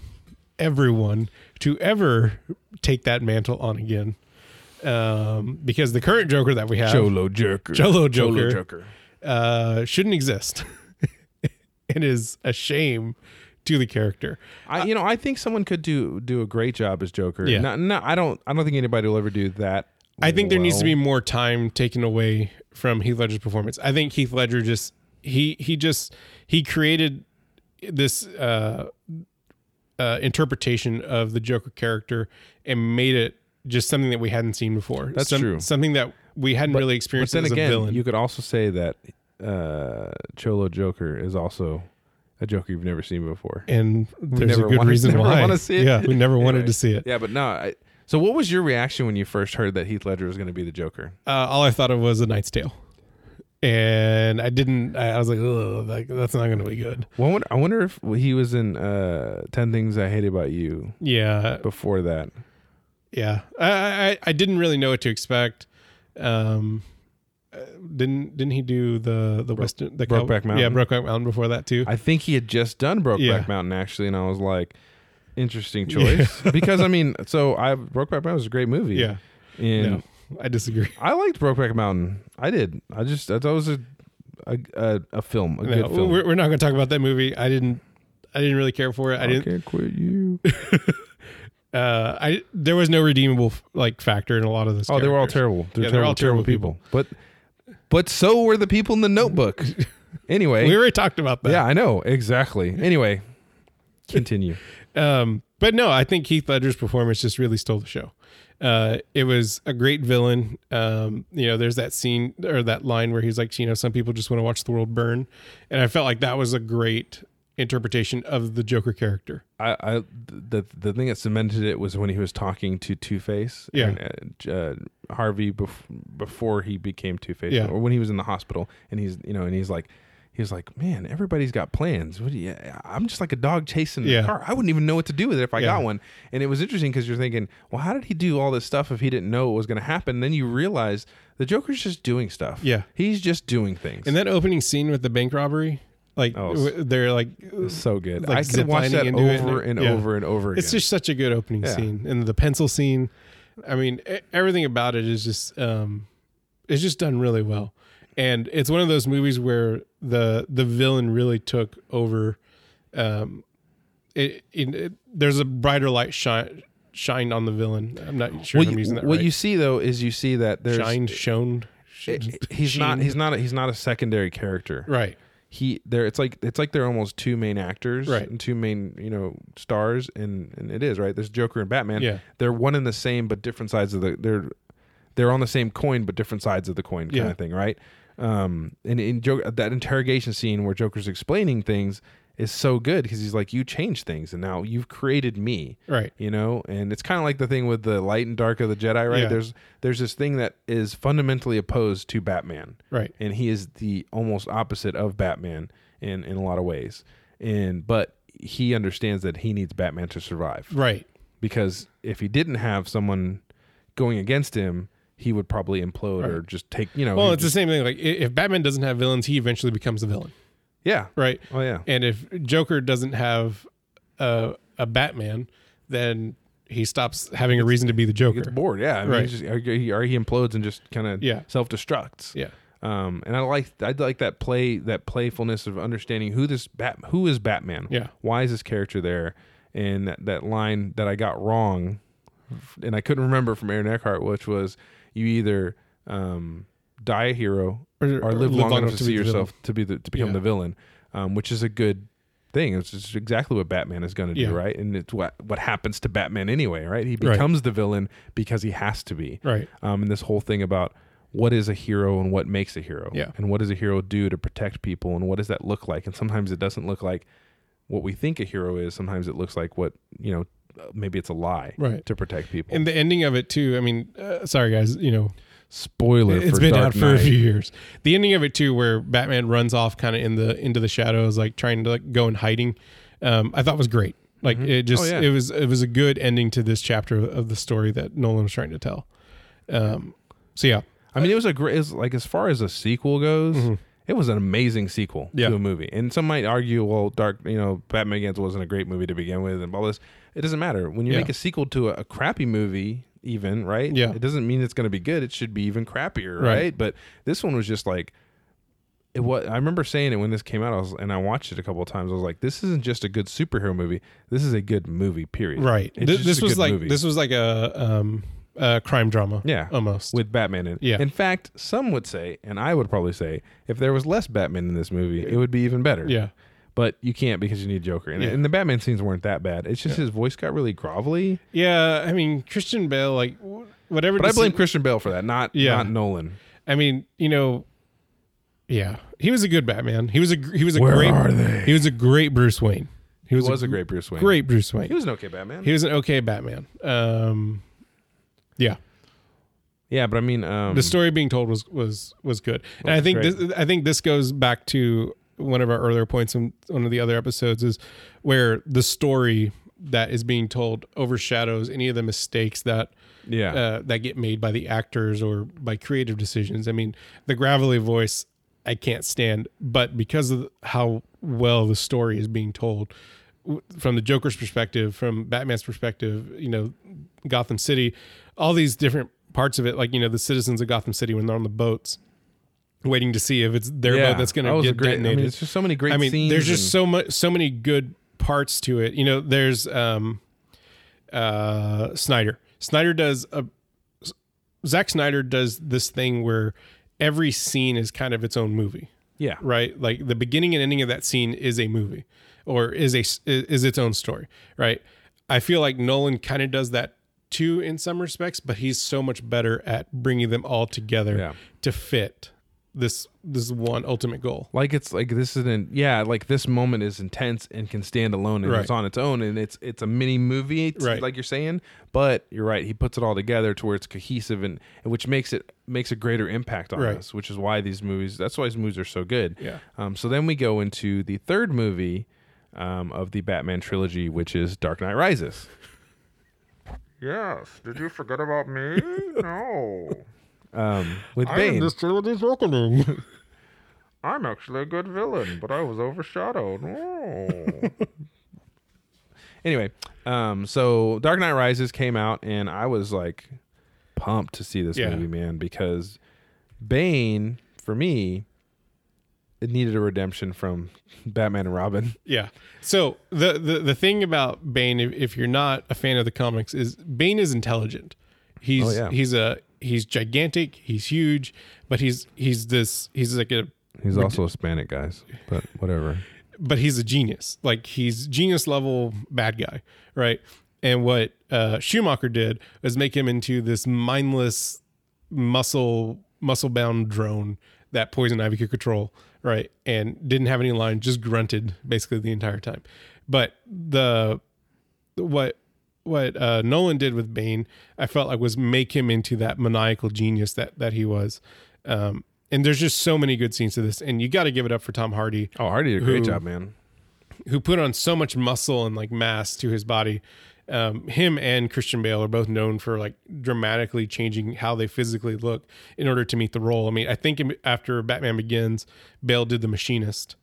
Speaker 2: everyone to ever take that mantle on again. Um, because the current Joker that we have,
Speaker 3: Cholo Joker.
Speaker 2: Cholo Joker.
Speaker 3: Joker.
Speaker 2: uh, shouldn't exist. it is a shame to the character.
Speaker 3: I, you know, I think someone could do do a great job as Joker.
Speaker 2: Yeah.
Speaker 3: No, no, I don't. I don't think anybody will ever do that.
Speaker 2: I think there needs to
Speaker 3: well.
Speaker 2: be more time taken away from Heath Ledger's performance. I think Heath Ledger just he he just he created this uh, uh, interpretation of the Joker character and made it just something that we hadn't seen before.
Speaker 3: That's
Speaker 2: Some-
Speaker 3: true.
Speaker 2: Something that we hadn't really
Speaker 3: But
Speaker 2: experienced
Speaker 3: then
Speaker 2: as a
Speaker 3: again,
Speaker 2: villain.
Speaker 3: you could also say that uh, Cholo Joker is also a Joker you've never seen before.
Speaker 2: and there's a
Speaker 3: never
Speaker 2: good
Speaker 3: wanted-
Speaker 2: reason
Speaker 3: never
Speaker 2: why.
Speaker 3: wanna see it.
Speaker 2: Yeah, we never wanted
Speaker 3: Anyway.
Speaker 2: to see it.
Speaker 3: Yeah, but no. I, so, what was your reaction when you first heard that Heath Ledger was going to be the Joker?
Speaker 2: uh, all I thought of was a Knight's Tale, and I didn't. I, I was like, "Ugh, like that's not going to be good."
Speaker 3: Well, I wonder- I wonder if he was in uh, Ten Things I Hate About You
Speaker 2: Yeah,
Speaker 3: before that.
Speaker 2: yeah. I, I I didn't really know what to expect. Um, uh, didn't didn't he do the the Western the cow-
Speaker 3: Brokeback Mountain.
Speaker 2: Yeah, Brokeback Mountain before that too.
Speaker 3: I think he had just done Brokeback
Speaker 2: Yeah.
Speaker 3: Mountain actually, and I was like, interesting choice because I mean, so I Brokeback Mountain was a great movie.
Speaker 2: yeah,
Speaker 3: and
Speaker 2: no, I disagree.
Speaker 3: I liked Brokeback Mountain. I did. I just I thought it was a a, a, a film, a
Speaker 2: No,
Speaker 3: good film.
Speaker 2: we're, we're not going to talk about that movie. I didn't. I didn't really care for it. I didn't.
Speaker 3: can't quit you.
Speaker 2: Uh, I there was no redeemable like factor in a lot of this.
Speaker 3: Oh, they were all terrible. They're,
Speaker 2: Yeah,
Speaker 3: terrible, all terrible people. But but so were the people in the Notebook. anyway,
Speaker 2: We already talked about that.
Speaker 3: eh? yeah, I know exactly. Anyway, continue.
Speaker 2: Um, but no, I think Heath Ledger's performance just really stole the show. Uh, it was a great villain. Um, you know, there's that scene or that line where he's like, you know, some people just want to watch the world burn, and I felt like that was a great interpretation of the Joker character.
Speaker 3: I, I the the thing that cemented it was when he was talking to Two Face,
Speaker 2: Yeah.
Speaker 3: and, uh, uh, Harvey bef- before he became Two Face,
Speaker 2: Yeah.
Speaker 3: or when he was in the hospital, and he's you know, and he's like, he's like, man, everybody's got plans. What do you, I'm just like a dog chasing
Speaker 2: Yeah.
Speaker 3: a car. I wouldn't even know what to do with it if I
Speaker 2: Yeah.
Speaker 3: got one. And it was interesting because you're thinking, well, how did he do all this stuff if he didn't know it was going to happen? Then you realize the Joker's just doing stuff.
Speaker 2: Yeah.
Speaker 3: he's just doing things.
Speaker 2: And that opening scene with the bank robbery, like
Speaker 3: Oh,
Speaker 2: w- they're like,
Speaker 3: It's so good.
Speaker 2: like
Speaker 3: I could watch
Speaker 2: ziplining
Speaker 3: that
Speaker 2: into it
Speaker 3: over
Speaker 2: and-
Speaker 3: and,
Speaker 2: yeah.
Speaker 3: over and over again.
Speaker 2: it's just such a good opening
Speaker 3: Yeah.
Speaker 2: scene, and the pencil scene. I mean, e- everything about it is just, um, it's just done really well, and it's one of those movies where the the villain really took over. Um, it, it, it- there's a brighter light shine shined on the villain. I'm not sure if
Speaker 3: you-
Speaker 2: I'm using that
Speaker 3: what
Speaker 2: right.
Speaker 3: you see though is you see that there's
Speaker 2: shined, shone. sh-
Speaker 3: it- it- he's not
Speaker 2: sheen.
Speaker 3: he's not a, he's not a secondary character.
Speaker 2: right.
Speaker 3: He there it's like it's like they're almost two main actors
Speaker 2: Right.
Speaker 3: and two main, you know, stars and and it is, right? There's Joker and Batman.
Speaker 2: Yeah.
Speaker 3: They're one and the same but different sides of the they're they're on the same coin but different sides of the coin kind
Speaker 2: Yeah.
Speaker 3: of thing, right? Um and in Joker that interrogation scene where Joker's explaining things is so good because he's like you changed things and now you've created me
Speaker 2: Right.
Speaker 3: you know and it's kind of like the thing with the light and dark of the jedi right
Speaker 2: Yeah.
Speaker 3: there's there's this thing that is fundamentally opposed to batman
Speaker 2: Right.
Speaker 3: and he is the almost opposite of batman in in a lot of ways and but he understands that he needs batman to survive
Speaker 2: Right.
Speaker 3: because if he didn't have someone going against him he would probably implode or just take you know
Speaker 2: Well,
Speaker 3: he'd
Speaker 2: it's
Speaker 3: just-
Speaker 2: the same thing. Like i- if Batman doesn't have villains, he eventually becomes a villain.
Speaker 3: yeah
Speaker 2: Right.
Speaker 3: oh yeah
Speaker 2: And if Joker doesn't have a, a Batman, then he stops having a reason to be the
Speaker 3: he gets
Speaker 2: Joker.
Speaker 3: bored yeah I mean,
Speaker 2: Right.
Speaker 3: he's just, or he, or he implodes and just kind of
Speaker 2: Yeah.
Speaker 3: self-destructs
Speaker 2: Yeah.
Speaker 3: um, and I like I like that play that playfulness of understanding who this bat who is Batman.
Speaker 2: Yeah.
Speaker 3: why is this character there? And that, that line that I got wrong, and I couldn't remember from Aaron Eckhart, which was, you either um, die a hero
Speaker 2: Or,
Speaker 3: or live long enough to see
Speaker 2: be the
Speaker 3: yourself to be the to become
Speaker 2: Yeah.
Speaker 3: the villain, um, which is a good thing. It's just exactly what Batman is going to do,
Speaker 2: Yeah.
Speaker 3: right? And it's what what happens to Batman anyway, right? He
Speaker 2: Right.
Speaker 3: becomes the villain because he has to be,
Speaker 2: villain. right.
Speaker 3: um, and this whole thing about what is a hero and what makes a hero,
Speaker 2: Yeah.
Speaker 3: and what does a hero do to protect people, and what does that look like? And sometimes it doesn't look like what we think a hero is. Sometimes it looks like what you know. Maybe it's a lie
Speaker 2: Right.
Speaker 3: to protect people.
Speaker 2: And the ending of it too. I mean, uh, sorry guys, you know,
Speaker 3: Spoiler:
Speaker 2: it's
Speaker 3: for
Speaker 2: been
Speaker 3: Dark
Speaker 2: out for a
Speaker 3: Knight.
Speaker 2: few years. The ending of it too, where Batman runs off kind of in the into the shadows, like trying to like go in hiding. Um, I thought was great. Like it just
Speaker 3: Oh, yeah.
Speaker 2: it was it was a good ending to this chapter of the story that Nolan was trying to tell. Um, so yeah,
Speaker 3: I mean, it was a great, it's like as far as a sequel goes, it was an amazing sequel
Speaker 2: Mm-hmm. Yeah.
Speaker 3: to a movie. And some might argue, well, Dark, you know, Batman Begins wasn't a great movie to begin with, and all this. It doesn't matter when you
Speaker 2: Yeah.
Speaker 3: make a sequel to a, a crappy movie, even right?
Speaker 2: Yeah.
Speaker 3: it doesn't mean it's going to be good. It should be even crappier,
Speaker 2: Right.
Speaker 3: right? But this one was just like. It was, I remember saying it when this came out, I was, and I watched it a couple of times. I was like, "This isn't just a good superhero movie. This is a good movie, period."
Speaker 2: right.
Speaker 3: It's
Speaker 2: This,
Speaker 3: just
Speaker 2: this
Speaker 3: a
Speaker 2: was
Speaker 3: good
Speaker 2: like
Speaker 3: movie.
Speaker 2: this was like a um a crime drama.
Speaker 3: Yeah.
Speaker 2: almost.
Speaker 3: with Batman in. it.
Speaker 2: Yeah.
Speaker 3: In fact, some would say, and I would probably say, if there was less Batman in this movie, it would be even better.
Speaker 2: yeah,
Speaker 3: But you can't because you need Joker, and,
Speaker 2: Yeah.
Speaker 3: and the Batman scenes weren't that bad. It's just his voice got really grovelly.
Speaker 2: yeah. I mean, Christian Bale, like wh- whatever.
Speaker 3: But I
Speaker 2: deci-
Speaker 3: blame Christian Bale for that, not
Speaker 2: Yeah.
Speaker 3: not Nolan.
Speaker 2: I mean, you know, yeah, he was a good Batman. He was a gr- he was a
Speaker 3: Where
Speaker 2: great.
Speaker 3: are they?
Speaker 2: He was a great Bruce Wayne. He
Speaker 3: He
Speaker 2: was,
Speaker 3: was
Speaker 2: a,
Speaker 3: a great Bruce Wayne.
Speaker 2: great Bruce
Speaker 3: He
Speaker 2: Wayne.
Speaker 3: was an okay Batman.
Speaker 2: He was an okay Batman. Um, yeah,
Speaker 3: yeah, but I mean, um,
Speaker 2: the story being told was was was good, and I
Speaker 3: Was
Speaker 2: think
Speaker 3: great.
Speaker 2: this I think this goes back to one of our earlier points in one of the other episodes is where the story that is being told overshadows any of the mistakes that
Speaker 3: yeah,
Speaker 2: uh, that get made by the actors or by creative decisions. I mean, the gravelly voice I can't stand, but because of how well the story is being told w- from the Joker's perspective, from Batman's perspective, you know, Gotham City, all these different parts of it, like you know, the citizens of Gotham City when they're on the boats, waiting to see if it's their
Speaker 3: yeah.
Speaker 2: boat that's going
Speaker 3: That
Speaker 2: to
Speaker 3: was a
Speaker 2: get
Speaker 3: great. I
Speaker 2: detonated.
Speaker 3: mean, it's just so many great.
Speaker 2: I mean,
Speaker 3: scenes
Speaker 2: there's just
Speaker 3: and-
Speaker 2: so much, so many good parts to it. You know, there's um, uh, Snyder. Snyder does a Zack Snyder does this thing where every scene is kind of its own movie,
Speaker 3: yeah,
Speaker 2: right? Like the beginning and ending of that scene is a movie, or is a is its own story, right? I feel like Nolan kind of does that too in some respects, but he's so much better at bringing them all together
Speaker 3: Yeah.
Speaker 2: to fit this this one ultimate goal.
Speaker 3: like it's like this is an yeah like this moment is intense and can stand alone and
Speaker 2: Right.
Speaker 3: it's on its own and it's it's a mini movie it's
Speaker 2: Right.
Speaker 3: like you're saying but you're right he puts it all together to where it's cohesive and, and which makes it makes a greater impact on
Speaker 2: Right.
Speaker 3: us which is why these movies that's why these movies are so good
Speaker 2: Yeah.
Speaker 3: um, so then we go into the third movie um, of the Batman trilogy which is Dark Knight Rises
Speaker 1: Yes. Did you forget about me? No.
Speaker 3: um, with
Speaker 1: I am
Speaker 3: Bane
Speaker 1: this trilogy's reckoning. I'm actually a good villain, but I was overshadowed. No.
Speaker 3: anyway um, so Dark Knight Rises came out and I was like pumped to see this
Speaker 2: Yeah.
Speaker 3: movie, man, because Bane, for me, it needed a redemption from Batman and Robin.
Speaker 2: Yeah. So the, the the thing about Bane, if, if you're not a fan of the comics, is Bane is intelligent. He's
Speaker 3: Oh, yeah.
Speaker 2: he's a he's gigantic. He's huge, but he's he's this he's like a
Speaker 3: He's also Hispanic, guys, but whatever.
Speaker 2: but he's a genius. Like he's genius level bad guy, right? And what uh, Schumacher did was make him into this mindless muscle muscle bound drone that Poison Ivy could control, right? And didn't have any line, just grunted basically the entire time. But the what what uh, Nolan did with Bane, I felt like was make him into that maniacal genius that that he was. Um, and there's just so many good scenes to this, and you got to give it up for Tom Hardy
Speaker 3: Oh, Hardy did a great
Speaker 2: Who-
Speaker 3: job, man.
Speaker 2: who put on so much muscle and like mass to his body. Um, him and Christian Bale are both known for like dramatically changing how they physically look in order to meet the role. I mean, I think im- after Batman Begins, Bale did the Machinist,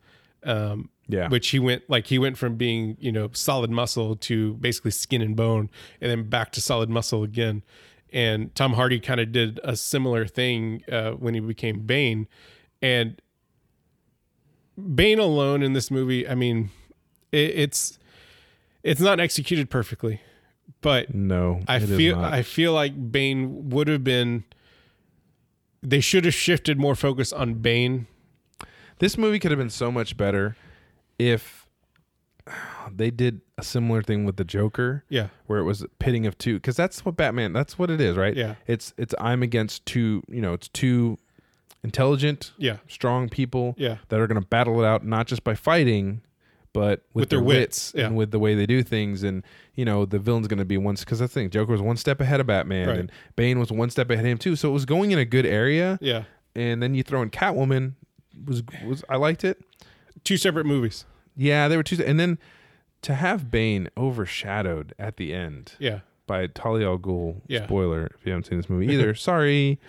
Speaker 2: um,
Speaker 3: Yeah.
Speaker 2: which he went like he went from being you know solid muscle to basically skin and bone, and then back to solid muscle again. And Tom Hardy kind of did a similar thing uh, when he became Bane, and Bane alone in this movie, I mean, it, it's it's not executed perfectly, but
Speaker 3: No,
Speaker 2: I
Speaker 3: it is
Speaker 2: feel
Speaker 3: not.
Speaker 2: I feel like Bane would have been They should have shifted more focus on Bane.
Speaker 3: This movie could have been so much better if they did a similar thing with the Joker.
Speaker 2: Yeah.
Speaker 3: Where it was a pitting of two because that's what Batman that's what it is, right?
Speaker 2: Yeah.
Speaker 3: It's it's I'm against two, you know, it's two intelligent,
Speaker 2: Yeah.
Speaker 3: strong people
Speaker 2: Yeah.
Speaker 3: that are going to battle it out not just by fighting but with,
Speaker 2: With their wits, yeah.
Speaker 3: and with the way they do things and you know the villain's going to be one because that's the thing joker was one step ahead of batman
Speaker 2: Right.
Speaker 3: and bane was one step ahead of him too so it was going in a good area
Speaker 2: Yeah.
Speaker 3: and then you throw in Catwoman was was I liked it.
Speaker 2: Two separate movies.
Speaker 3: Yeah, they were two, and then to have Bane overshadowed at the end
Speaker 2: Yeah.
Speaker 3: by Talia al Ghul.
Speaker 2: Yeah.
Speaker 3: Spoiler if you haven't seen this movie either. sorry.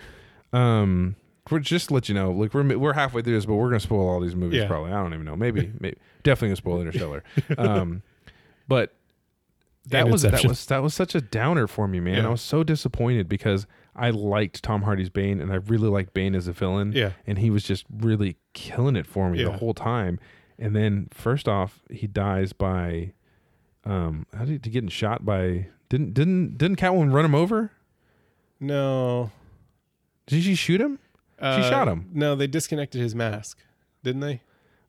Speaker 3: Um, we're just to let you know. Like we're we're halfway through this, but we're gonna spoil all these movies.
Speaker 2: Yeah.
Speaker 3: Probably I don't even know. Maybe maybe definitely gonna spoil Interstellar. um, but that
Speaker 2: And
Speaker 3: was that
Speaker 2: Inception.
Speaker 3: was that was such a downer for me, man.
Speaker 2: Yeah.
Speaker 3: I was so disappointed because I liked Tom Hardy's Bane and I really liked Bane as a villain.
Speaker 2: Yeah.
Speaker 3: and he was just really killing it for me the
Speaker 2: Yeah.
Speaker 3: whole time. And then first off, he dies by um how did he getting shot by didn't didn't didn't Catwoman run him over?
Speaker 2: No.
Speaker 3: Did she shoot him?
Speaker 2: Uh,
Speaker 3: shot him.
Speaker 2: No, they disconnected his mask, didn't they?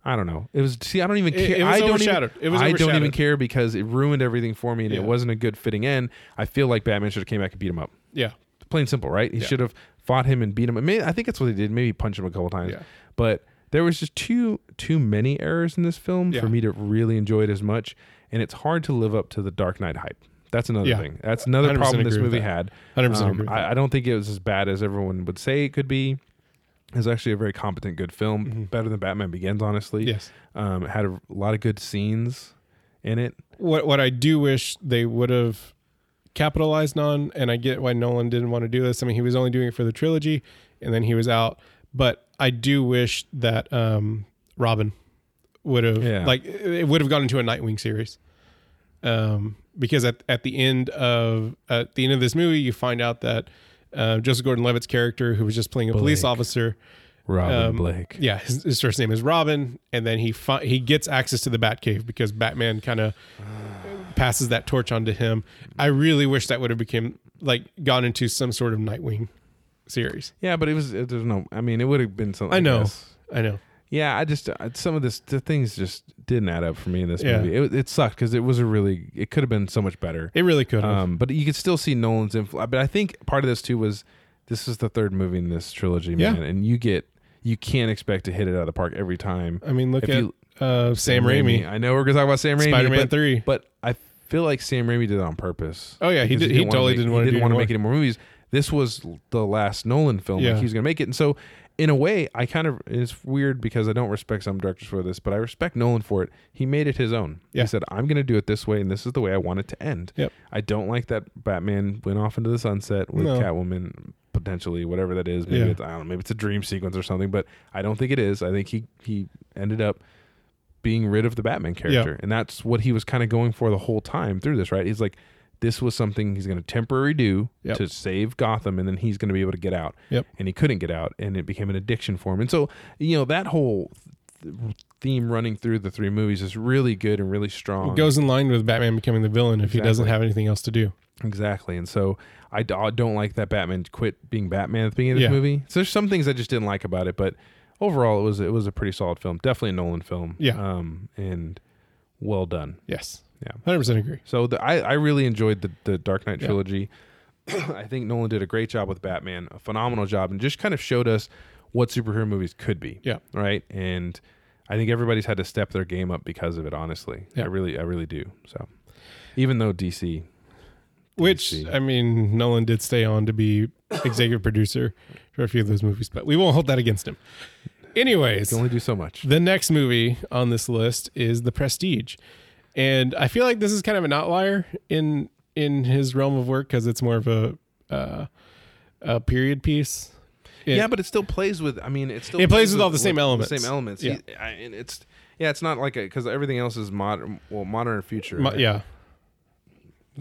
Speaker 3: I don't know. It was see I don't even
Speaker 2: It-
Speaker 3: care.
Speaker 2: it was
Speaker 3: I don't
Speaker 2: overshadowed.
Speaker 3: Even,
Speaker 2: It was
Speaker 3: I don't even
Speaker 2: overshadowed.
Speaker 3: care because it ruined everything for me and
Speaker 2: Yeah.
Speaker 3: it wasn't a good fitting end. I feel like Batman should have came back and beat him up.
Speaker 2: Yeah.
Speaker 3: Plain and simple, right? He
Speaker 2: Yeah.
Speaker 3: should have fought him and beat him. I mean, I think that's what he did. Maybe punch him a couple times.
Speaker 2: Yeah.
Speaker 3: But there was just too too many errors in this film
Speaker 2: Yeah.
Speaker 3: for me to really enjoy it as much. And it's hard to live up to the Dark Knight hype. That's another
Speaker 2: Yeah.
Speaker 3: thing. That's another
Speaker 2: 100%
Speaker 3: problem this
Speaker 2: agree with
Speaker 3: movie
Speaker 2: that.
Speaker 3: had.
Speaker 2: 100%
Speaker 3: Um,
Speaker 2: agree with
Speaker 3: I, I don't think it was as bad as everyone would say it could be. It was actually a very competent, good film.
Speaker 2: Mm-hmm.
Speaker 3: Better than Batman Begins, honestly.
Speaker 2: Yes.
Speaker 3: Um, it had a lot of good scenes in it.
Speaker 2: what what I do wish they would have capitalized on, and I get why Nolan didn't want to do this. I mean, he was only doing it for the trilogy, and then he was out. But I do wish that um, Robin would have
Speaker 3: Yeah.
Speaker 2: like it would have gone into a Nightwing series, um, because at at the end of at the end of this movie, you find out that uh, Joseph Gordon-Levitt's character, who was just playing a police
Speaker 3: Blake.
Speaker 2: officer,
Speaker 3: Robin
Speaker 2: Um,
Speaker 3: Blake.
Speaker 2: yeah, his, his first name is Robin, and then he fi- he gets access to the Batcave because Batman kind of passes that torch on to him. I really wish that would have become like gone into some sort of Nightwing series.
Speaker 3: Yeah, but it was. It, there's no. I mean, it would have been something.
Speaker 2: I know,
Speaker 3: guess.
Speaker 2: I know.
Speaker 3: Yeah, I just uh, some of this the things just didn't add up for me in this
Speaker 2: Yeah.
Speaker 3: movie. It, it sucked because it was a really it could have been so much better.
Speaker 2: It really could have.
Speaker 3: Um, but you could still see Nolan's influence. But I think part of this too was this is the third movie in this trilogy,
Speaker 2: Yeah.
Speaker 3: man, and you get you can't expect to hit it out of the park every time.
Speaker 2: I mean, look
Speaker 3: if
Speaker 2: at
Speaker 3: you-
Speaker 2: uh, Sam Raimi,
Speaker 3: I know we're gonna talk about Sam Raimi,
Speaker 2: Spider-Man
Speaker 3: but,
Speaker 2: Three.
Speaker 3: but I feel like Sam Raimi did it on purpose.
Speaker 2: Oh yeah, he
Speaker 3: Because
Speaker 2: did. He,
Speaker 3: wanna
Speaker 2: totally
Speaker 3: make-
Speaker 2: didn't
Speaker 3: he
Speaker 2: want to
Speaker 3: didn't
Speaker 2: do
Speaker 3: want to
Speaker 2: anymore.
Speaker 3: make any more movies. This was l- the last Nolan film.
Speaker 2: Yeah.
Speaker 3: Like he was going to make it, and so in a way, I kind of it's weird because I don't respect some directors for this, but I respect Nolan for it. He made it his own.
Speaker 2: Yeah.
Speaker 3: He said, "I'm going to do it this way, and this is the way I want it to end."
Speaker 2: Yep.
Speaker 3: I don't like that Batman went off into the sunset with
Speaker 2: No.
Speaker 3: Catwoman. Potentially, whatever that is, maybe
Speaker 2: Yeah.
Speaker 3: it's, I don't know. Maybe it's a dream sequence or something, but I don't think it is. I think he he ended up being rid of the Batman character. And that's what he was kind of going for the whole time through this, right? He's like, this was something he's going to temporarily do
Speaker 2: Yep.
Speaker 3: to save Gotham, and then he's going to be able to get out.
Speaker 2: Yep.
Speaker 3: And he couldn't get out, and it became an addiction for him. And so, you know, that whole th- theme running through the three movies is really good and really strong.
Speaker 2: It goes in line with Batman becoming the villain if he doesn't
Speaker 3: Exactly.
Speaker 2: have anything else to do.
Speaker 3: Exactly. And so I d- I don't like that Batman quit being Batman at the beginning of this
Speaker 2: Yeah.
Speaker 3: movie. So there's some things I just didn't like about it, but overall it was it was a pretty solid film. Definitely a Nolan film.
Speaker 2: Yeah.
Speaker 3: Um and well done.
Speaker 2: Yes.
Speaker 3: Yeah.
Speaker 2: Hundred percent agree.
Speaker 3: So the, I, I really enjoyed the, the Dark Knight
Speaker 2: Yeah.
Speaker 3: trilogy. I think Nolan did a great job with Batman, a phenomenal job, and just kind of showed us what superhero movies could be.
Speaker 2: Yeah.
Speaker 3: Right. And I think everybody's had to step their game up because of it, honestly.
Speaker 2: Yeah.
Speaker 3: I really, I really do. So even though DC,
Speaker 2: Which
Speaker 3: see.
Speaker 2: I mean, Nolan did stay on to be executive producer for a few of those movies, but we won't hold that against him. Anyways,
Speaker 3: they only do so much.
Speaker 2: the next movie on this list is The Prestige, and I feel like this is kind of an outlier in in his realm of work because it's more of a uh, a period piece. It-
Speaker 3: yeah, but it still plays with. I mean, it still
Speaker 2: It plays with all the same elements.
Speaker 3: same elements.
Speaker 2: Yeah.
Speaker 3: He- I- and it's yeah, it's not like a because everything else is modern. Well, modern and future.
Speaker 2: mo-
Speaker 3: right?
Speaker 2: yeah,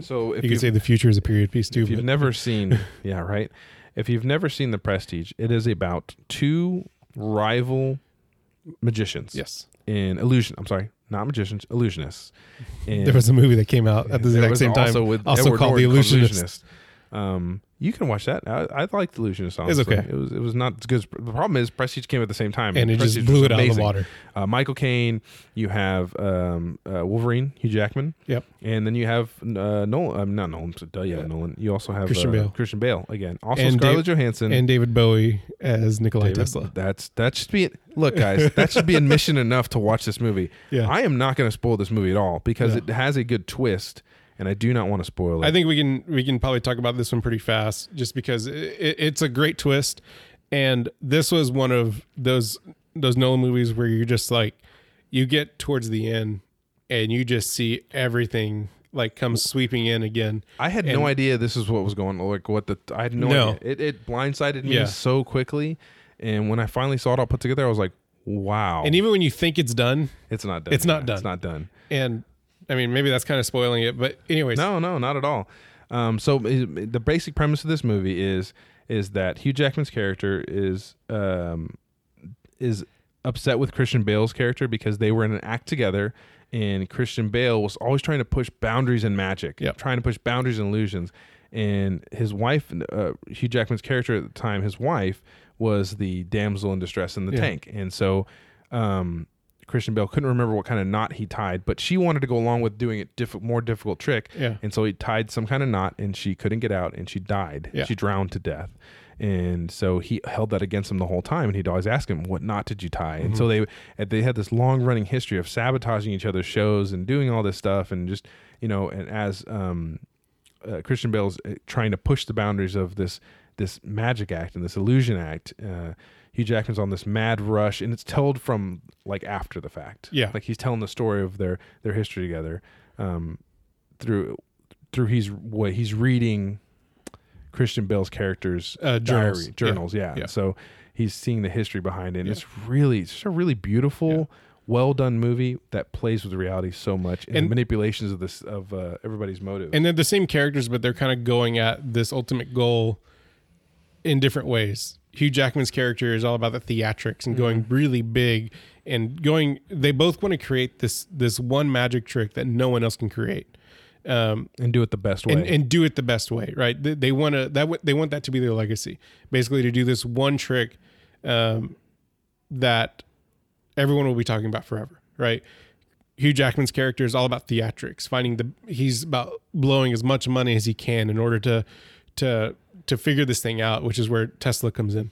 Speaker 3: So if
Speaker 2: you
Speaker 3: you
Speaker 2: could say the future is a period piece too.
Speaker 3: if you've
Speaker 2: but-
Speaker 3: never seen, yeah, right. If you've never seen The Prestige, it is about two rival magicians.
Speaker 2: yes,
Speaker 3: In illusion, I'm sorry, not magicians, illusionists. And
Speaker 2: there was a movie that came out at the
Speaker 3: there
Speaker 2: exact
Speaker 3: was
Speaker 2: same time,
Speaker 3: also with
Speaker 2: also
Speaker 3: Edward
Speaker 2: called The
Speaker 3: Norton called
Speaker 2: Illusionist.
Speaker 3: Illusionist. Um, You can watch that. I, I like The Illusionist.
Speaker 2: was
Speaker 3: Honestly.
Speaker 2: okay.
Speaker 3: It was it was not as good. As, the problem is Prestige came at the same time,
Speaker 2: And it just
Speaker 3: Prestige
Speaker 2: blew
Speaker 3: was
Speaker 2: it out of the
Speaker 3: amazing.
Speaker 2: water.
Speaker 3: Uh, Michael Caine. You have um, uh, Wolverine, Hugh Jackman.
Speaker 2: Yep.
Speaker 3: And then you have uh, Nolan. Um, not Nolan. So, yeah, Nolan. You also have
Speaker 2: Christian
Speaker 3: uh,
Speaker 2: Bale.
Speaker 3: Christian Bale again. Also
Speaker 2: And
Speaker 3: Scarlett
Speaker 2: Dave-
Speaker 3: Johansson.
Speaker 2: and David Bowie as Nikolai
Speaker 3: David,
Speaker 2: Tesla.
Speaker 3: That's that should be look, guys. That should be admission enough to watch this movie.
Speaker 2: Yeah.
Speaker 3: I am not going to spoil this movie at all because
Speaker 2: Yeah.
Speaker 3: it has a good twist, and I do not want to spoil it.
Speaker 2: I think we can we can probably talk about this one pretty fast, just because i it, it's a great twist, and this was one of those those Nolan movies where you're just like, you get towards the end, and you just see everything like comes sweeping in again.
Speaker 3: I had no idea this is what was going. Like what the I had no,
Speaker 2: No.
Speaker 3: idea. It, it blindsided me
Speaker 2: Yeah.
Speaker 3: so quickly, and when I finally saw it all put together, I was like, "Wow!"
Speaker 2: And even when you think it's done,
Speaker 3: it's not done.
Speaker 2: it's not
Speaker 3: It's
Speaker 2: done.
Speaker 3: not done.
Speaker 2: and I mean maybe that's kind of spoiling it, but anyways,
Speaker 3: No, no, not at all. Um, so i- the basic premise of this movie is is that Hugh Jackman's character is um, is upset with Christian Bale's character because they were in an act together, and Christian Bale was always trying to push boundaries in magic,
Speaker 2: Yep.
Speaker 3: trying to push boundaries and illusions. And his wife, uh, Hugh Jackman's character at the time, his wife was the damsel in distress in the
Speaker 2: Yeah.
Speaker 3: tank, and so. Um, Christian Bale couldn't remember what kind of knot he tied, but she wanted to go along with doing it diff- more difficult trick.
Speaker 2: Yeah.
Speaker 3: And so he tied some kind of knot and she couldn't get out and she died.
Speaker 2: Yeah.
Speaker 3: She drowned to death. And so he held that against him the whole time and he'd always ask him, What knot did you tie? And so
Speaker 2: Mm-hmm.
Speaker 3: they and they had this long running history of sabotaging each other's shows and doing all this stuff and just, you know, and as um, uh, Christian Bale's uh, trying to push the boundaries of this this magic act and this illusion act. Uh, Hugh Jackman's on this mad rush, and it's told from like after the fact.
Speaker 2: Yeah.
Speaker 3: like he's telling the story of their their history together um, through through he's what he's reading Christian Bale's character's
Speaker 2: Uh, journals.
Speaker 3: diary journals. Yeah.
Speaker 2: Yeah.
Speaker 3: so he's seeing the history behind it. And
Speaker 2: Yeah.
Speaker 3: It's really it's just a really beautiful. Well done movie that plays with reality so much and, the
Speaker 2: And-
Speaker 3: manipulations of this of uh, everybody's motive.
Speaker 2: and they're the same characters, but they're kind of going at this ultimate goal in different ways. Hugh Jackman's character is all about the theatrics and going really big and going. They both want to create this this one magic trick that no one else can create, um,
Speaker 3: and do it the best way.
Speaker 2: and and do it the best way. Right? They, they want to that w- they want that to be their legacy, basically to do this one trick um, that everyone will be talking about forever. Right? Hugh Jackman's character is all about theatrics, finding the he's about blowing as much money as he can in order to to to figure this thing out, which is where Tesla comes in.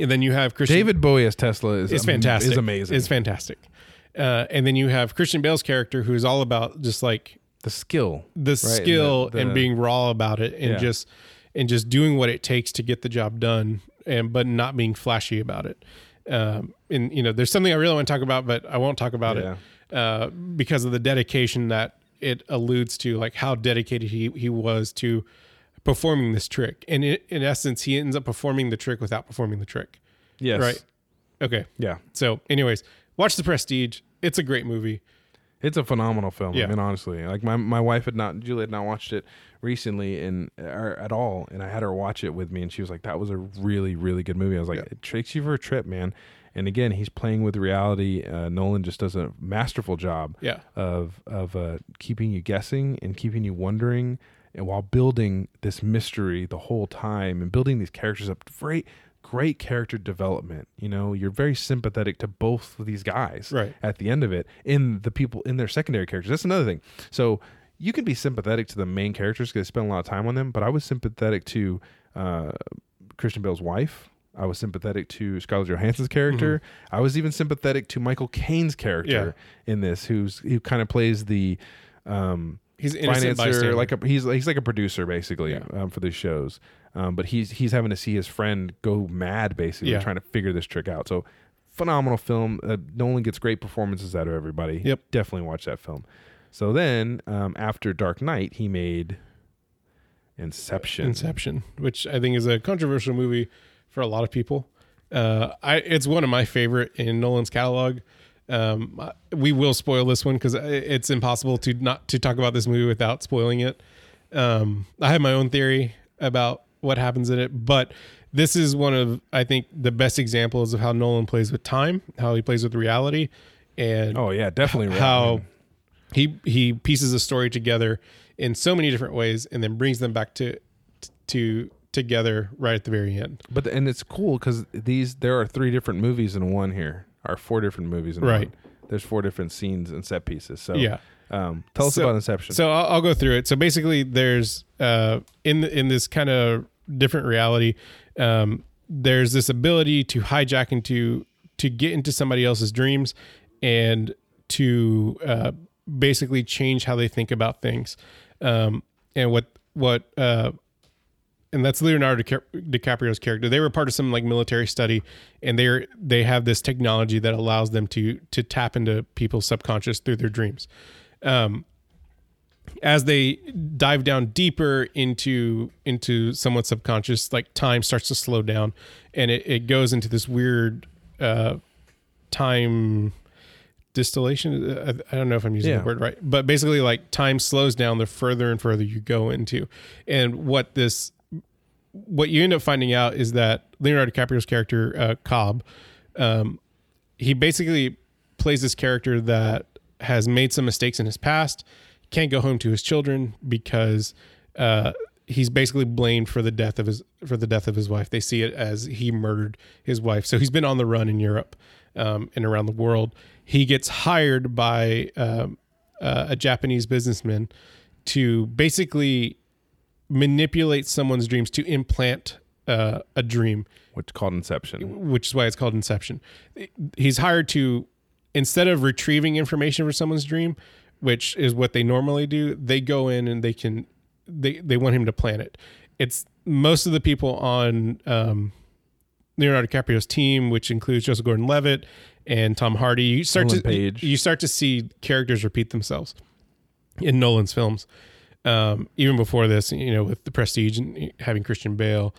Speaker 2: And then you have Christian
Speaker 3: David Bowie as Tesla is
Speaker 2: it's
Speaker 3: am-
Speaker 2: fantastic.
Speaker 3: Is amazing.
Speaker 2: It's fantastic. Uh, and then you have Christian Bale's character who is all about just like
Speaker 3: the skill.
Speaker 2: the skill
Speaker 3: the-
Speaker 2: and
Speaker 3: the-
Speaker 2: being raw about it and
Speaker 3: Yeah.
Speaker 2: just and just doing what it takes to get the job done and but not being flashy about it um, and you know there's something i really want to talk about but i won't talk about it uh, because of the dedication that it alludes to like how dedicated he, he was to performing this trick and it, in essence he ends up performing the trick without performing the trick
Speaker 3: Yes.
Speaker 2: right okay
Speaker 3: Yeah.
Speaker 2: so anyways watch the prestige it's a great movie
Speaker 3: It's a phenomenal film.
Speaker 2: Yeah.
Speaker 3: And honestly, like my, my wife had not Julie had not watched it recently and or at all, and I had her watch it with me, and she was like, "That was a really really good movie." I was like, "It takes you for a trip, man." And again, he's playing with reality. Uh, Nolan just does a masterful job.
Speaker 2: yeah
Speaker 3: of of uh, keeping you guessing and keeping you wondering, and while building this mystery the whole time and building these characters up. Great, great character development. You know, you're very sympathetic to both of these guys
Speaker 2: Right.
Speaker 3: at the end of it in the people in their secondary characters. That's another thing. So you can be sympathetic to the main characters because they spend a lot of time on them, but I was sympathetic to uh, Christian Bale's wife. I was sympathetic to Scarlett Johansson's
Speaker 2: Mm-hmm.
Speaker 3: character. I was even sympathetic to Michael Caine's character in this, who's who kind of plays the um,
Speaker 2: he's an innocent
Speaker 3: financer,
Speaker 2: bystander.
Speaker 3: like a he's he's like a producer basically um, for these shows. Um, but he's he's having to see his friend go mad basically
Speaker 2: Yeah.
Speaker 3: trying to figure this trick out. So phenomenal film. Uh, Nolan gets great performances out of everybody.
Speaker 2: Yep.
Speaker 3: definitely watch that film. So then um, after Dark Knight, he made Inception.
Speaker 2: Inception, which I think is a controversial movie for a lot of people. Uh, I it's one of my favorite in Nolan's catalog. Um, I- we will spoil this one because it's impossible to not to talk about this movie without spoiling it. Um, I have my own theory about what happens in it, but this is one of I think the best examples of how Nolan plays with time, how he plays with reality, and
Speaker 3: Oh yeah, definitely.
Speaker 2: how he he pieces a story together in so many different ways and then brings them back to t- to together right at the very end.
Speaker 3: But and it's cool because these there are three different movies in one here, or four different movies in
Speaker 2: Right.
Speaker 3: one. There's four different scenes and set pieces. So
Speaker 2: Yeah.
Speaker 3: um, tell us
Speaker 2: So-
Speaker 3: about Inception.
Speaker 2: So I'll, I'll go through it. So basically, there's uh, in the, in this kind of different reality, um, there's this ability to hijack and to to get into somebody else's dreams and to uh, basically change how they think about things. Um, and what what uh, and that's Leonardo DiCap- DiCaprio's character. They were part of some like military study, and they're they have this technology that allows them to to tap into people's subconscious through their dreams. Um, as they dive down deeper into into someone's subconscious, like time starts to slow down, and it, it goes into this weird uh, time distillation. Uh, I, I don't know if I'm using
Speaker 3: Yeah.
Speaker 2: the word right, but basically, like time slows down the further and further you go into, and what this what you end up finding out is that Leonardo DiCaprio's character uh, Cobb, um, he basically plays this character that has made some mistakes in his past, can't go home to his children because uh, he's basically blamed for the death of his for the death of his wife. They see it as he murdered his wife, so he's been on the run in Europe um, and around the world. He gets hired by um, uh, a Japanese businessman to basically manipulate someone's dreams to implant uh, a dream
Speaker 3: which is called Inception.
Speaker 2: which is why it's called Inception. He's hired to instead of retrieving information for someone's dream, which is what they normally do, they go in and they can they they want him to plan it. It's most of the people on um, Leonardo DiCaprio's team, which includes Joseph Gordon-Levitt and Tom Hardy. You start
Speaker 3: Ellen
Speaker 2: to
Speaker 3: Page.
Speaker 2: you start to see characters repeat themselves in Nolan's films. Um, even before this, you know, with the Prestige and having Christian Bale.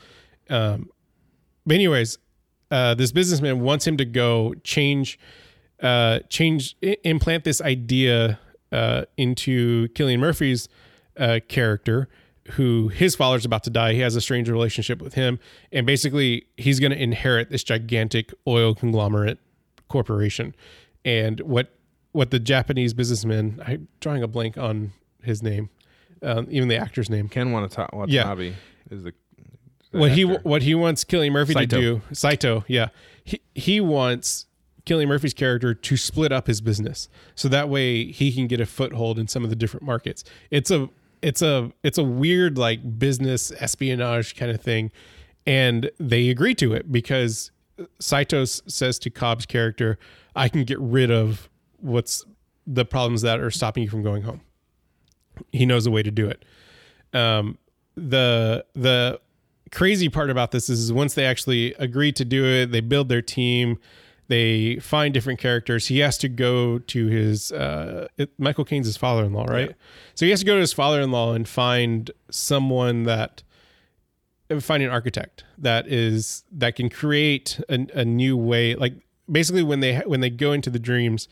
Speaker 2: Um, but anyways, uh, this businessman wants him to go change, uh, change, I- implant this idea uh, into Killian Murphy's uh, character, who his father's about to die. He has a strange relationship with him, and basically, he's going to inherit this gigantic oil conglomerate corporation. And what what the Japanese businessman? I'm drawing a blank on his name, um, even the actor's name.
Speaker 3: Ken Watanabe
Speaker 2: Yeah.
Speaker 3: is the, the
Speaker 2: What he
Speaker 3: actor.
Speaker 2: what he wants Killian Murphy
Speaker 3: Saito.
Speaker 2: to do, Saito, yeah, he he wants Killian Murphy's character to split up his business so that way he can get a foothold in some of the different markets. It's a it's a it's a weird like business espionage kind of thing, and they agree to it because Saito s- says to Cobb's character, "I can get rid of what's the problems that are stopping you from going home." He knows a way to do it um, the the crazy part about this is once they actually agree to do it, they build their team, they find different characters. He has to go to his uh, it, Michael Caine's his father-in-law, right? So he has to go to his father-in-law and find someone that find an architect that is that can create a, a new way like basically when they when they go into the dreams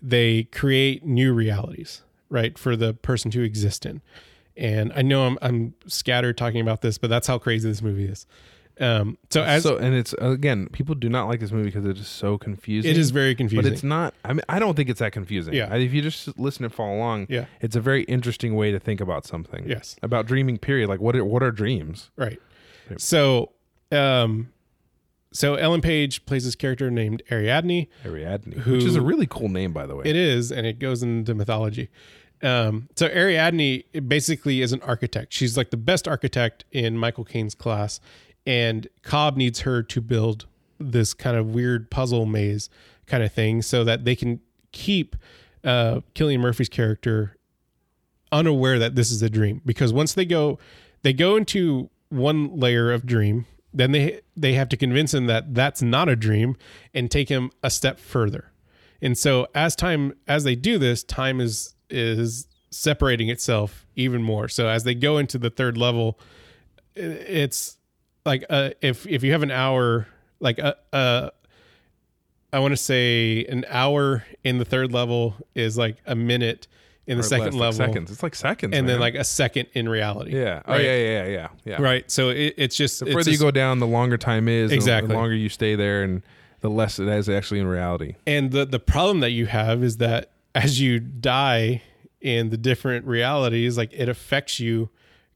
Speaker 2: they create new realities right for the person to exist in and i know i'm i'm scattered talking about this but that's how crazy this movie is um so as
Speaker 3: so and it's again people do not like this movie because it is so confusing.
Speaker 2: it is very confusing
Speaker 3: but it's not. I mean, I don't think it's that confusing.
Speaker 2: Yeah.
Speaker 3: I- if you just listen and follow along,
Speaker 2: Yeah.
Speaker 3: it's a very interesting way to think about something.
Speaker 2: Yes.
Speaker 3: about dreaming. Period. Like what? Are, what are dreams?
Speaker 2: Right. So, um, so Ellen Page plays this character named Ariadne.
Speaker 3: Ariadne, which is a really cool name, by the way.
Speaker 2: It is, and it goes into mythology. Um, so Ariadne basically is an architect. She's like the best architect in Michael Caine's class, and Cobb needs her to build this kind of weird puzzle maze kind of thing so that they can keep uh, Killian Murphy's character unaware that this is a dream because once they go they go into one layer of dream then they they have to convince him that that's not a dream and take him a step further and so as time as they do this time is is separating itself even more so as they go into the third level i- it's like uh, if if you have an hour like a uh, uh I want to say an hour in the third level is like a minute in the
Speaker 3: Or it
Speaker 2: second
Speaker 3: lasts, like,
Speaker 2: level
Speaker 3: seconds. It's like seconds,
Speaker 2: and then
Speaker 3: man.
Speaker 2: like a second in reality.
Speaker 3: Uh-huh. yeah, oh
Speaker 2: Right.
Speaker 3: yeah, yeah, yeah, yeah. yeah.
Speaker 2: Right. So it, it's just
Speaker 3: The further you go down, the longer time is. and
Speaker 2: Exactly.
Speaker 3: The longer you stay there, and the less it is actually in reality.
Speaker 2: and the the problem that you have is that as you die in the different realities, like it affects you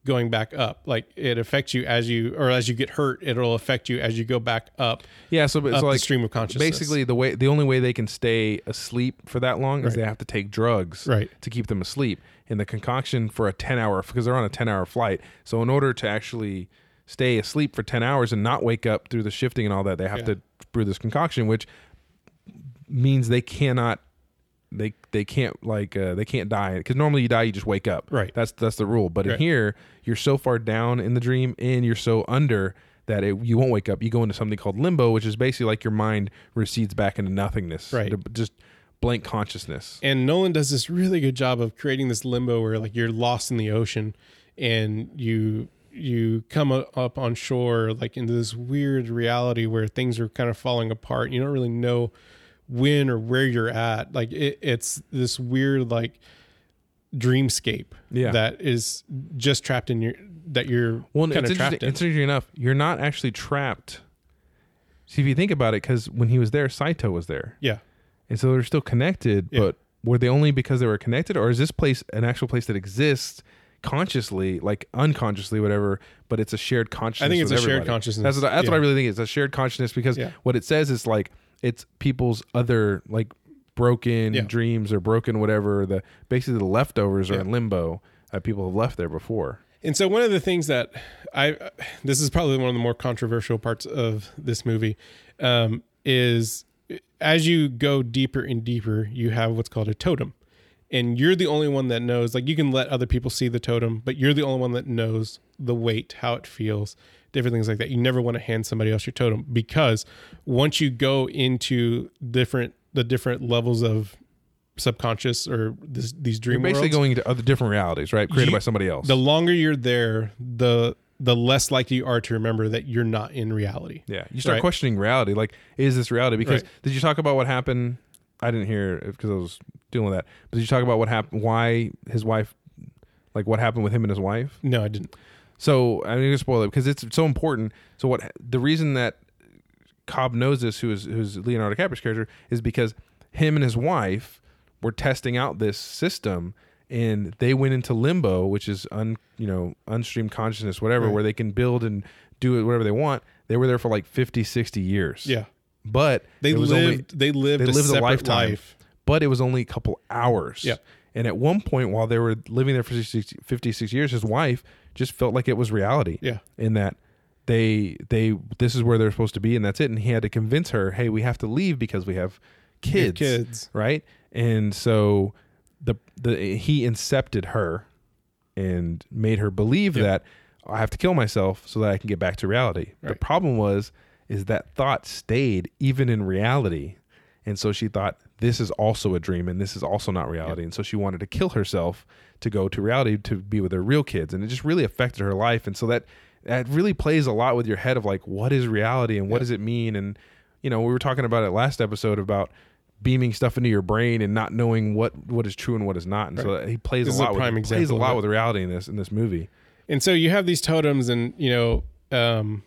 Speaker 2: going back up. Like it affects you as you or as you get hurt, it'll affect you as you go back up.
Speaker 3: Yeah, so it's
Speaker 2: up the
Speaker 3: like
Speaker 2: stream of consciousness.
Speaker 3: Basically, the way the only way they can stay asleep for that long is they have to take drugs
Speaker 2: Right.
Speaker 3: to keep them asleep. And the concoction for a ten hour because they're on a ten hour flight, so in order to actually stay asleep for ten hours and not wake up through the shifting and all that, they have
Speaker 2: Yeah.
Speaker 3: to brew this concoction, which means they cannot they they can't like uh, they can't die because normally you die you just wake up
Speaker 2: Right.
Speaker 3: that's that's the rule but in
Speaker 2: Right.
Speaker 3: here you're so far down in the dream and you're so under that it, you won't wake up you go into something called limbo which is basically like your mind recedes back into nothingness
Speaker 2: Right.
Speaker 3: to just blank consciousness
Speaker 2: And Nolan does this really good job of creating this limbo where like you're lost in the ocean and you you come u- up on shore like into this weird reality where things are kind of falling apart. You don't really know when or where you're at. Like it, it's this weird like dreamscape
Speaker 3: Yeah.
Speaker 2: that is just trapped in your that you're
Speaker 3: well and
Speaker 2: kind
Speaker 3: it's
Speaker 2: of
Speaker 3: interesting,
Speaker 2: trapped in.
Speaker 3: interesting enough you're not actually trapped see if you think about it because when he was there saito was there
Speaker 2: yeah.
Speaker 3: and so they're still connected
Speaker 2: Yeah.
Speaker 3: but were they only because they were connected or is this place an actual place that exists consciously like unconsciously whatever but it's a shared consciousness
Speaker 2: it's
Speaker 3: with
Speaker 2: a shared
Speaker 3: everybody?
Speaker 2: consciousness.
Speaker 3: that's, what, that's what i
Speaker 2: Yeah.
Speaker 3: really think it's a shared consciousness because
Speaker 2: Yeah.
Speaker 3: what it says is like it's people's other like broken
Speaker 2: Yeah.
Speaker 3: dreams or broken whatever the basically the leftovers are in limbo that people have left there before
Speaker 2: And so one of the things that I this is probably one of the more controversial parts of this movie um, is as you go deeper and deeper, you have what's called a totem. And you're the only one that knows. Like you can let other people see the totem, but you're the only one that knows the weight, how it feels, different things like that. You never want to hand somebody else your totem because once you go into different the different levels of subconscious or this, these dream
Speaker 3: you're basically
Speaker 2: worlds,
Speaker 3: going into other different realities right created
Speaker 2: You-
Speaker 3: by somebody else
Speaker 2: the longer you're there, the the less likely you are to remember that you're not in reality.
Speaker 3: Yeah, you start
Speaker 2: Right.
Speaker 3: questioning reality. Like, is this reality? Because
Speaker 2: Right.
Speaker 3: did you talk about what happened? I didn't hear because I was dealing with that. But did you talk about what happened? Why his wife? Like what happened with him and his wife?
Speaker 2: No, I didn't.
Speaker 3: So I'm gonna spoil it because it's so important. So what the reason that Cobb knows this, who is who's Leonardo DiCaprio's character, is because him and his wife were testing out this system, and they went into limbo, which is un you know unstreamed consciousness, whatever, where they can build and do it whatever they want. They were there for like 50, 60 years.
Speaker 2: Yeah,
Speaker 3: but
Speaker 2: they
Speaker 3: it was
Speaker 2: lived.
Speaker 3: only-
Speaker 2: they lived.
Speaker 3: they
Speaker 2: a
Speaker 3: lived a
Speaker 2: separate
Speaker 3: lifetime.
Speaker 2: life.
Speaker 3: but it was only a couple hours.
Speaker 2: Yeah.
Speaker 3: And at one point, while they were living there for 60, 56 years, his wife just felt like it was reality.
Speaker 2: Yeah.
Speaker 3: In that they they this is where they're supposed to be, and that's it. And he had to convince her, hey, we have to leave because we have kids,
Speaker 2: kids.
Speaker 3: right? And so the the he incepted her and made her believe that I have to kill myself so that I can get back to reality. The
Speaker 2: Right.
Speaker 3: problem was is that thought stayed even in reality. And so she thought this is also a dream and this is also not reality. And so she wanted to kill herself to go to reality to be with her real kids and it just really affected her life and so that that really plays a lot with your head of like what is reality and what does it mean and you know, we were talking about it last episode about beaming stuff into your brain and not knowing what what is true and what is not. And so he plays
Speaker 2: This
Speaker 3: a
Speaker 2: is a
Speaker 3: lot with
Speaker 2: prime
Speaker 3: he plays a
Speaker 2: example of
Speaker 3: lot
Speaker 2: it.
Speaker 3: with reality in this in this movie.
Speaker 2: And so you have these totems, and you know, um,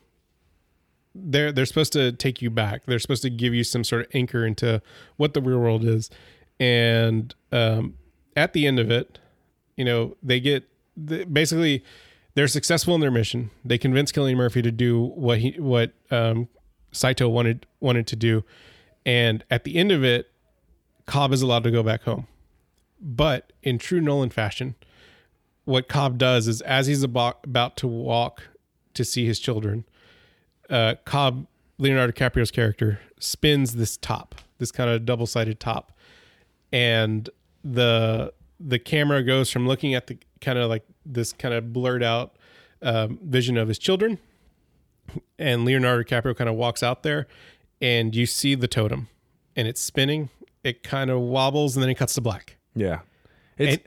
Speaker 2: they're they're supposed to take you back. They're supposed to give you some sort of anchor into what the real world is. And um, at the end of it, you know, they get th- basically they're successful in their mission. They convince Killian Murphy to do what he what um, Saito wanted wanted to do. And at the end of it, Cobb is allowed to go back home. But in true Nolan fashion, what Cobb does is as he's abo- about to walk to see his children, uh, Cobb, Leonardo DiCaprio's character, spins this top, this kind of double sided top, and the the camera goes from looking at the kind of like this kind of blurred out um, vision of his children, and Leonardo DiCaprio kind of walks out there, and you see the totem, and it's spinning. It kind of wobbles, and then it cuts to black.
Speaker 3: Yeah, it's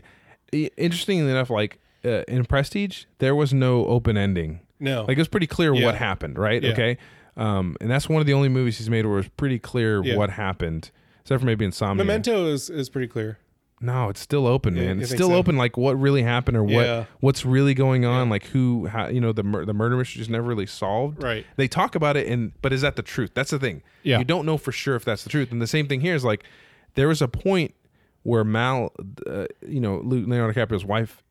Speaker 3: i- interestingly enough, like uh, in Prestige, there was no open ending.
Speaker 2: No,
Speaker 3: Like it was pretty clear
Speaker 2: Yeah.
Speaker 3: what happened, right?
Speaker 2: Yeah.
Speaker 3: Okay, um, and that's one of the only movies he's made where it was pretty clear
Speaker 2: Yeah.
Speaker 3: what happened, except for maybe Insomnia.
Speaker 2: Memento is is pretty clear.
Speaker 3: No, it's still open, man.
Speaker 2: you
Speaker 3: It's
Speaker 2: think
Speaker 3: still
Speaker 2: so?
Speaker 3: open. Like what really happened, or
Speaker 2: Yeah.
Speaker 3: what what's really going on? Like who, how, you know, the mur- the murder mystery is never really solved.
Speaker 2: Right.
Speaker 3: They talk about it, and but is that the truth? That's the thing.
Speaker 2: Yeah.
Speaker 3: You don't know for sure if that's the truth. And the same thing here is like, there was a point where Mal, uh, you know, Leonardo DiCaprio's wife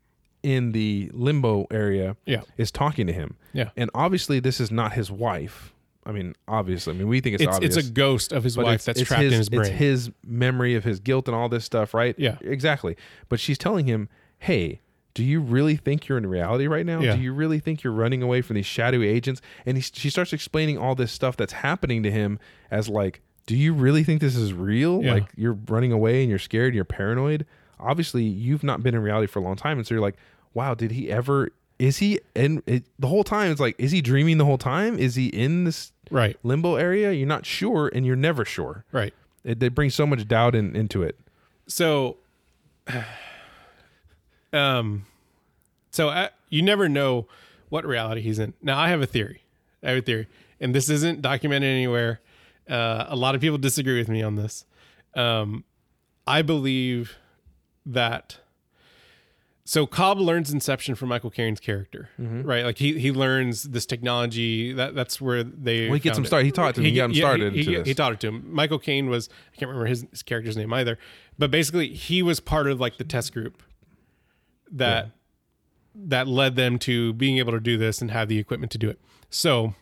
Speaker 3: in the limbo area
Speaker 2: Yeah.
Speaker 3: is talking to him.
Speaker 2: Yeah.
Speaker 3: And obviously, this is not his wife. I mean, obviously. I mean, we think it's,
Speaker 2: It's, it's
Speaker 3: obvious.
Speaker 2: a ghost of his
Speaker 3: but
Speaker 2: wife
Speaker 3: it's-
Speaker 2: that's
Speaker 3: it's
Speaker 2: trapped in his brain.
Speaker 3: It's his memory of his guilt and all this stuff, right?
Speaker 2: Yeah.
Speaker 3: Exactly. But she's telling him, hey, do you really think you're in reality right now?
Speaker 2: Yeah.
Speaker 3: Do you really think you're running away from these shadowy agents? And he, she starts explaining all this stuff that's happening to him as like, do you really think this is real?
Speaker 2: Yeah.
Speaker 3: Like you're running away and you're scared and you're paranoid. Obviously, you've not been in reality for a long time, and so you're like, wow, did he ever? Is he? And it, the whole time, it's like, is he dreaming the whole time? Is he in this
Speaker 2: right.
Speaker 3: limbo area? You're not sure, and you're never sure.
Speaker 2: Right.
Speaker 3: It, they bring so much doubt in, into it.
Speaker 2: So, um, so I, you never know what reality he's in. Now, I have a theory. I have a theory, and this isn't documented anywhere. Uh, a lot of people disagree with me on this. Um, I believe that. So Cobb learns Inception from Michael Caine's character,
Speaker 3: Mm-hmm.
Speaker 2: right? Like he he learns this technology. That that's where they.
Speaker 3: Well, he gets
Speaker 2: found
Speaker 3: him
Speaker 2: it.
Speaker 3: started. He taught him. He, got him
Speaker 2: yeah,
Speaker 3: started
Speaker 2: He,
Speaker 3: into
Speaker 2: he-
Speaker 3: this.
Speaker 2: he taught it to him. Michael Caine was I can't remember his, his character's name either, but basically he was part of like the test group that that led them to being able to do this and have the equipment to do it. So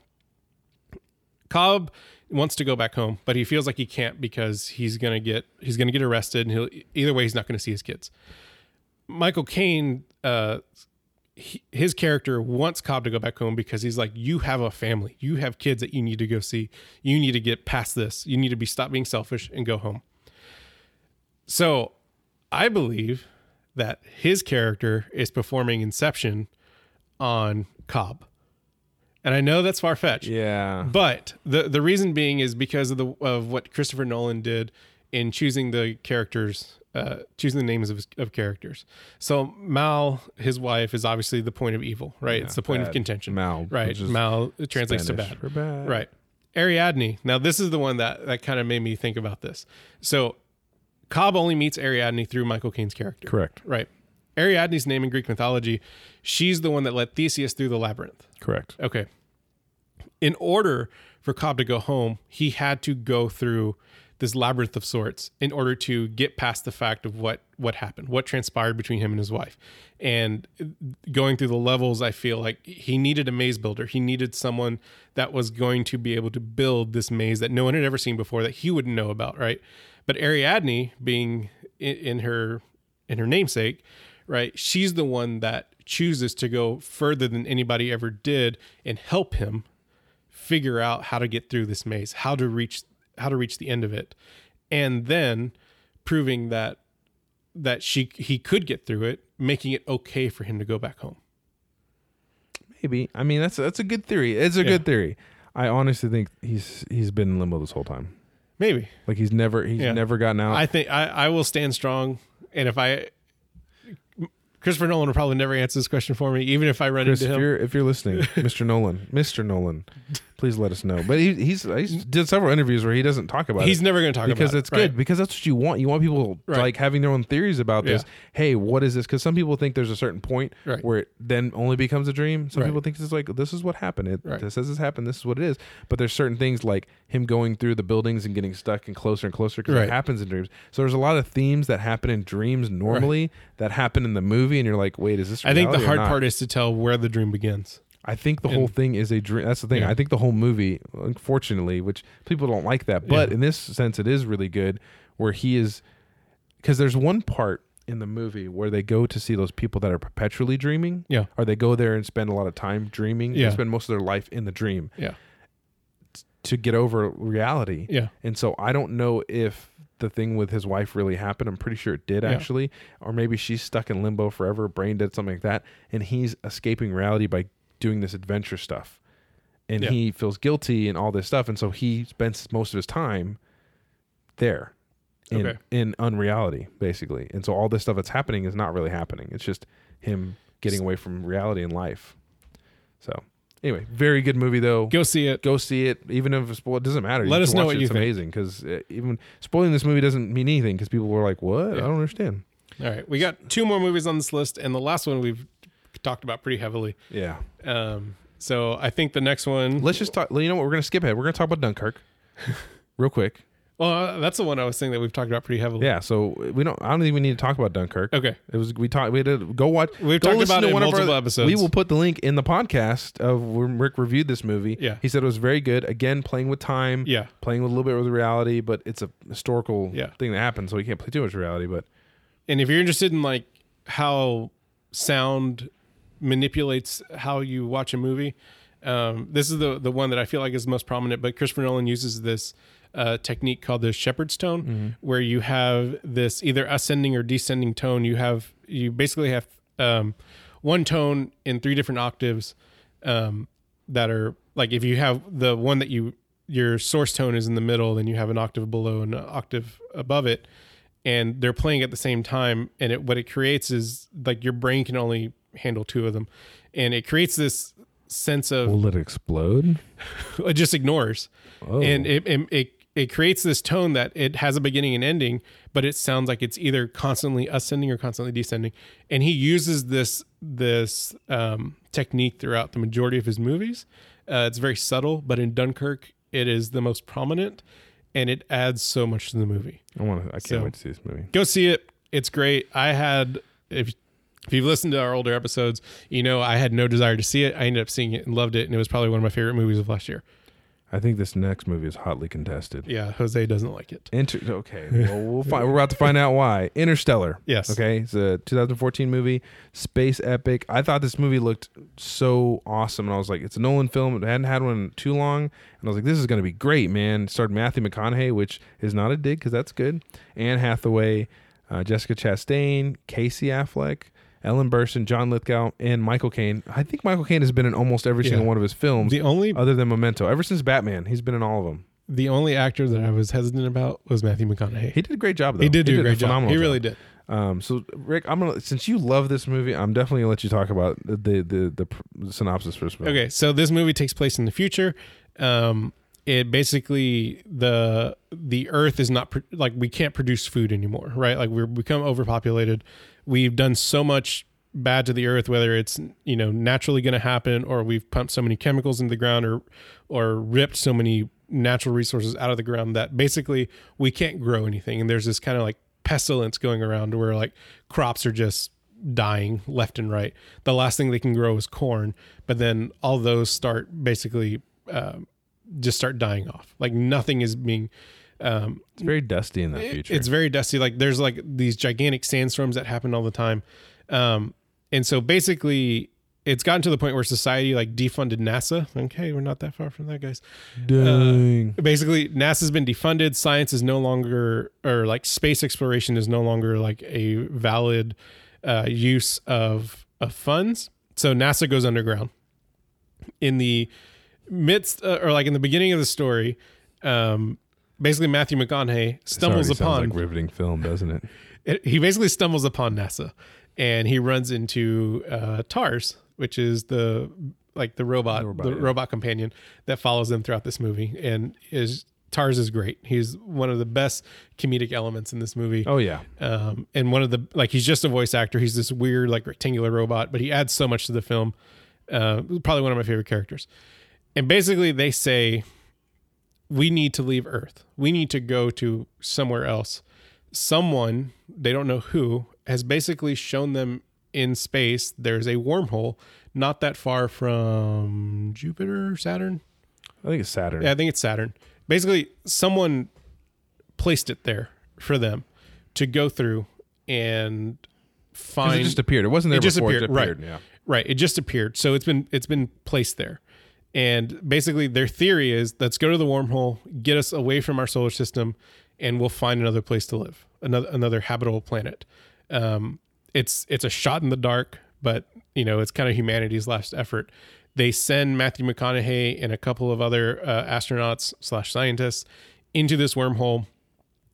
Speaker 2: Cobb wants to go back home, but he feels like he can't because he's gonna get he's gonna get arrested, and he'll either way he's not gonna see his kids. Michael Caine, uh, he, his character wants Cobb to go back home because he's like, you have a family, you have kids that you need to go see, you need to get past this, you need to be stop being selfish and go home. So, I believe that his character is performing Inception on Cobb, and I know that's far fetched.
Speaker 3: yeah.
Speaker 2: But the the reason being is because of the of what Christopher Nolan did in choosing the characters, uh, choosing the names of, his- of characters. So Mal, his wife, is obviously the point of evil, right? it's the point of
Speaker 3: bad.
Speaker 2: contention.
Speaker 3: Mal,
Speaker 2: right?
Speaker 3: which is
Speaker 2: Mal it translates
Speaker 3: Spanish
Speaker 2: to
Speaker 3: for
Speaker 2: bad.
Speaker 3: bad.
Speaker 2: right? Ariadne. Now this is the one that that kind of made me think about this. So Cobb only meets Ariadne through Michael Caine's character.
Speaker 3: Correct.
Speaker 2: Right. Ariadne's name in Greek mythology, she's the one that led Theseus through the labyrinth.
Speaker 3: Correct.
Speaker 2: Okay. In order for Cobb to go home, he had to go through this labyrinth of sorts in order to get past the fact of what what happened, what transpired between him and his wife. And going through the levels, I feel like he needed a maze builder. He needed someone that was going to be able to build this maze that no one had ever seen before that he wouldn't know about, right? But Ariadne being in, in her in her namesake, right? She's the one that chooses to go further than anybody ever did and help him figure out how to get through this maze, how to reach how to reach the end of it. And then proving that that she he could get through it, making it okay for him to go back home.
Speaker 3: Maybe. I mean, that's that's a good theory. It's a
Speaker 2: Yeah.
Speaker 3: good theory. I honestly think he's he's been in limbo this whole time.
Speaker 2: Maybe.
Speaker 3: Like he's never he's
Speaker 2: Yeah.
Speaker 3: never gotten out.
Speaker 2: I think I, I will stand strong and if I Christopher Nolan will probably never answer this question for me, even if I run
Speaker 3: Chris,
Speaker 2: into
Speaker 3: if
Speaker 2: him.
Speaker 3: you're if you're listening, Mr. Nolan, Mr. Nolan, please let us know. But he, he's he's did several interviews where he doesn't talk about
Speaker 2: Mm. He's
Speaker 3: it
Speaker 2: never going to talk
Speaker 3: because
Speaker 2: about
Speaker 3: it's
Speaker 2: it, right?
Speaker 3: good because that's what you want. You want people
Speaker 2: Right.
Speaker 3: like having their own theories about this.
Speaker 2: Yeah.
Speaker 3: Hey, what is this? Because some people think there's a certain point
Speaker 2: Right.
Speaker 3: where it then only becomes a dream. Some
Speaker 2: Right.
Speaker 3: people think it's like this is what happened. It
Speaker 2: Right.
Speaker 3: this says this happened. This is what it is. But there's certain things like him going through the buildings and getting stuck and closer and closer because
Speaker 2: Right.
Speaker 3: it happens in dreams. So there's a lot of themes that happen in dreams normally that happen in the movie, and you're like, wait, is this?
Speaker 2: I think the
Speaker 3: reality or
Speaker 2: hard
Speaker 3: not?
Speaker 2: part is to tell where the dream begins.
Speaker 3: I think the whole thing is a dream. That's the thing.
Speaker 2: Yeah.
Speaker 3: I think the whole movie, unfortunately, which people don't like that, but in this sense, it is really good where he is. Because there's one part in the movie where they go to see those people that are perpetually dreaming.
Speaker 2: Yeah.
Speaker 3: Or they go there and spend a lot of time dreaming. They
Speaker 2: Yeah.
Speaker 3: spend most of their life in the dream
Speaker 2: Yeah.
Speaker 3: to get over reality.
Speaker 2: Yeah.
Speaker 3: And so I don't know if the thing with his wife really happened. I'm pretty sure it did
Speaker 2: Yeah.
Speaker 3: actually. Or maybe she's stuck in limbo forever, brain dead, something like that. And he's escaping reality by doing this adventure stuff. And
Speaker 2: Yeah.
Speaker 3: he feels guilty and all this stuff. And so he spends most of his time there. In,
Speaker 2: Okay.
Speaker 3: in unreality, basically. And so all this stuff that's happening is not really happening. It's just him getting away from reality and life. So anyway, very good movie though
Speaker 2: Go see it.
Speaker 3: go see it even if it's spoiled it doesn't matter
Speaker 2: Let
Speaker 3: can
Speaker 2: us know
Speaker 3: watch
Speaker 2: what
Speaker 3: it.
Speaker 2: you
Speaker 3: it's
Speaker 2: think.
Speaker 3: amazing because even spoiling this movie doesn't mean anything because people were like what i
Speaker 2: Yeah.
Speaker 3: don't understand
Speaker 2: All right, we got two more movies on this list, and the last one we've talked about pretty heavily.
Speaker 3: yeah
Speaker 2: Um, so I think the next one.
Speaker 3: let's just talk you know what we're gonna skip ahead we're gonna talk about dunkirk real quick
Speaker 2: Well, that's the one I was saying that we've talked about pretty heavily.
Speaker 3: Yeah, so we don't. I don't even need to talk about Dunkirk.
Speaker 2: Okay.
Speaker 3: It was we talked. We did go watch.
Speaker 2: We've
Speaker 3: go
Speaker 2: talked
Speaker 3: listen
Speaker 2: about
Speaker 3: to
Speaker 2: it in
Speaker 3: one of our-
Speaker 2: multiple episodes.
Speaker 3: We will put the link in the podcast of when Rick reviewed this movie.
Speaker 2: Yeah.
Speaker 3: he said it was very good. Again, playing with time.
Speaker 2: Yeah.
Speaker 3: playing with a little bit with reality, but it's a historical
Speaker 2: Yeah.
Speaker 3: thing that happened, so we can't play too much reality. But
Speaker 2: And if you're interested in like how sound manipulates how you watch a movie, um, this is the the one that I feel like is most prominent. But Christopher Nolan uses this uh, technique called the shepherd's tone, where you have this either ascending or descending tone. You have you basically have um, one tone in three different octaves um, that are like if you have the one that you your source tone is in the middle, then you have an octave below and an octave above it, and they're playing at the same time. And it, what it creates is like your brain can only handle two of them, and it creates this sense of
Speaker 3: will it explode?
Speaker 2: it just ignores,
Speaker 3: Oh.
Speaker 2: and it, it it it creates this tone that it has a beginning and ending, but it sounds like it's either constantly ascending or constantly descending. And he uses this this um, technique throughout the majority of his movies. Uh, it's very subtle, but in Dunkirk, it is the most prominent, and it adds so much to the movie
Speaker 3: I want to. I can't
Speaker 2: So-
Speaker 3: wait to see this movie.
Speaker 2: go see it. It's great. I had if if you've listened to our older episodes, you know I had no desire to see it. I ended up seeing it and loved it, and it was probably one of my favorite movies of last year.
Speaker 3: I think this next movie is hotly contested.
Speaker 2: Yeah, Jose doesn't like it.
Speaker 3: Inter- okay, well, we'll find, we're about to find out why. Interstellar.
Speaker 2: Yes.
Speaker 3: Okay, it's a 2014 movie, space epic. I thought this movie looked so awesome, and I was like, it's a Nolan film. It hadn't had one in too long, and I was like, this is going to be great, man. It starred Matthew McConaughey, which is not a dig because that's good. Anne Hathaway, uh, Jessica Chastain, Casey Affleck. Ellen Burstyn, John Lithgow, and Michael Caine. I think Michael Caine has been in almost every
Speaker 2: Yeah.
Speaker 3: single one of his films,
Speaker 2: The only
Speaker 3: other than Memento. Ever since Batman, he's been in all of them.
Speaker 2: the only actor that I was hesitant about was Matthew McConaughey.
Speaker 3: He did a great job, though.
Speaker 2: He did do a great job.
Speaker 3: phenomenal
Speaker 2: He really did.
Speaker 3: Um, so Rick, I'm gonna since you love this movie, I'm definitely gonna let you talk about the the the, the, pr- the synopsis first. Of all.
Speaker 2: Okay, so this movie takes place in the future. Um, it basically the the Earth is not pro- like we can't produce food anymore, right? Like we're become overpopulated. We've done so much bad to the Earth, whether it's you know naturally going to happen or we've pumped so many chemicals into the ground or or ripped so many natural resources out of the ground that basically we can't grow anything. And there's this kind of like pestilence going around where like crops are just dying left and right. The last thing they can grow is corn, but then all those start basically um, just start dying off. Like nothing is being. Um,
Speaker 3: it's very dusty in the
Speaker 2: it-
Speaker 3: future.
Speaker 2: It's very dusty. Like there's like these gigantic sandstorms that happen all the time, um, and so basically. It's gotten to the point where society like defunded NASA. Okay, we're not that far from that, guys
Speaker 3: Dang.
Speaker 2: basically NASA's been defunded. Science is no longer, or like space exploration is no longer like a valid uh, use of of funds. So NASA goes underground. In the midst, uh, or like in the beginning of the story, um, basically Matthew McConaughey
Speaker 3: This already
Speaker 2: stumbles
Speaker 3: sounds
Speaker 2: upon
Speaker 3: like riveting film, doesn't it?
Speaker 2: it, he basically stumbles upon NASA, and he runs into uh, Tars, which is the like the robot, the robot,
Speaker 3: robot, yeah.
Speaker 2: companion that follows them throughout this movie, and is Tars is great. He's one of the best comedic elements in this movie
Speaker 3: Oh yeah,
Speaker 2: um, and one of the like he's just a voice actor. He's this weird like rectangular robot, but he adds so much to the film. Uh, probably one of my favorite characters. And basically, they say we need to leave Earth. We need to go to somewhere else. Someone they don't know who has basically shown them in space there's a wormhole not that far from Jupiter, Saturn.
Speaker 3: I think it's Saturn.
Speaker 2: Yeah, I think it's Saturn. Basically, someone placed it there for them to go through and
Speaker 3: 'Cause
Speaker 2: find.
Speaker 3: it just appeared. It wasn't there
Speaker 2: It just
Speaker 3: before.
Speaker 2: appeared,
Speaker 3: It
Speaker 2: right.
Speaker 3: appeared. Yeah.
Speaker 2: right, it just appeared. So it's been it's been placed there, and basically their theory is let's go to the wormhole, get us away from our solar system, and we'll find another place to live, another another habitable planet. Um, it's it's a shot in the dark, but you know it's kind of humanity's last effort. They send Matthew McConaughey and a couple of other uh, astronauts slash scientists into this wormhole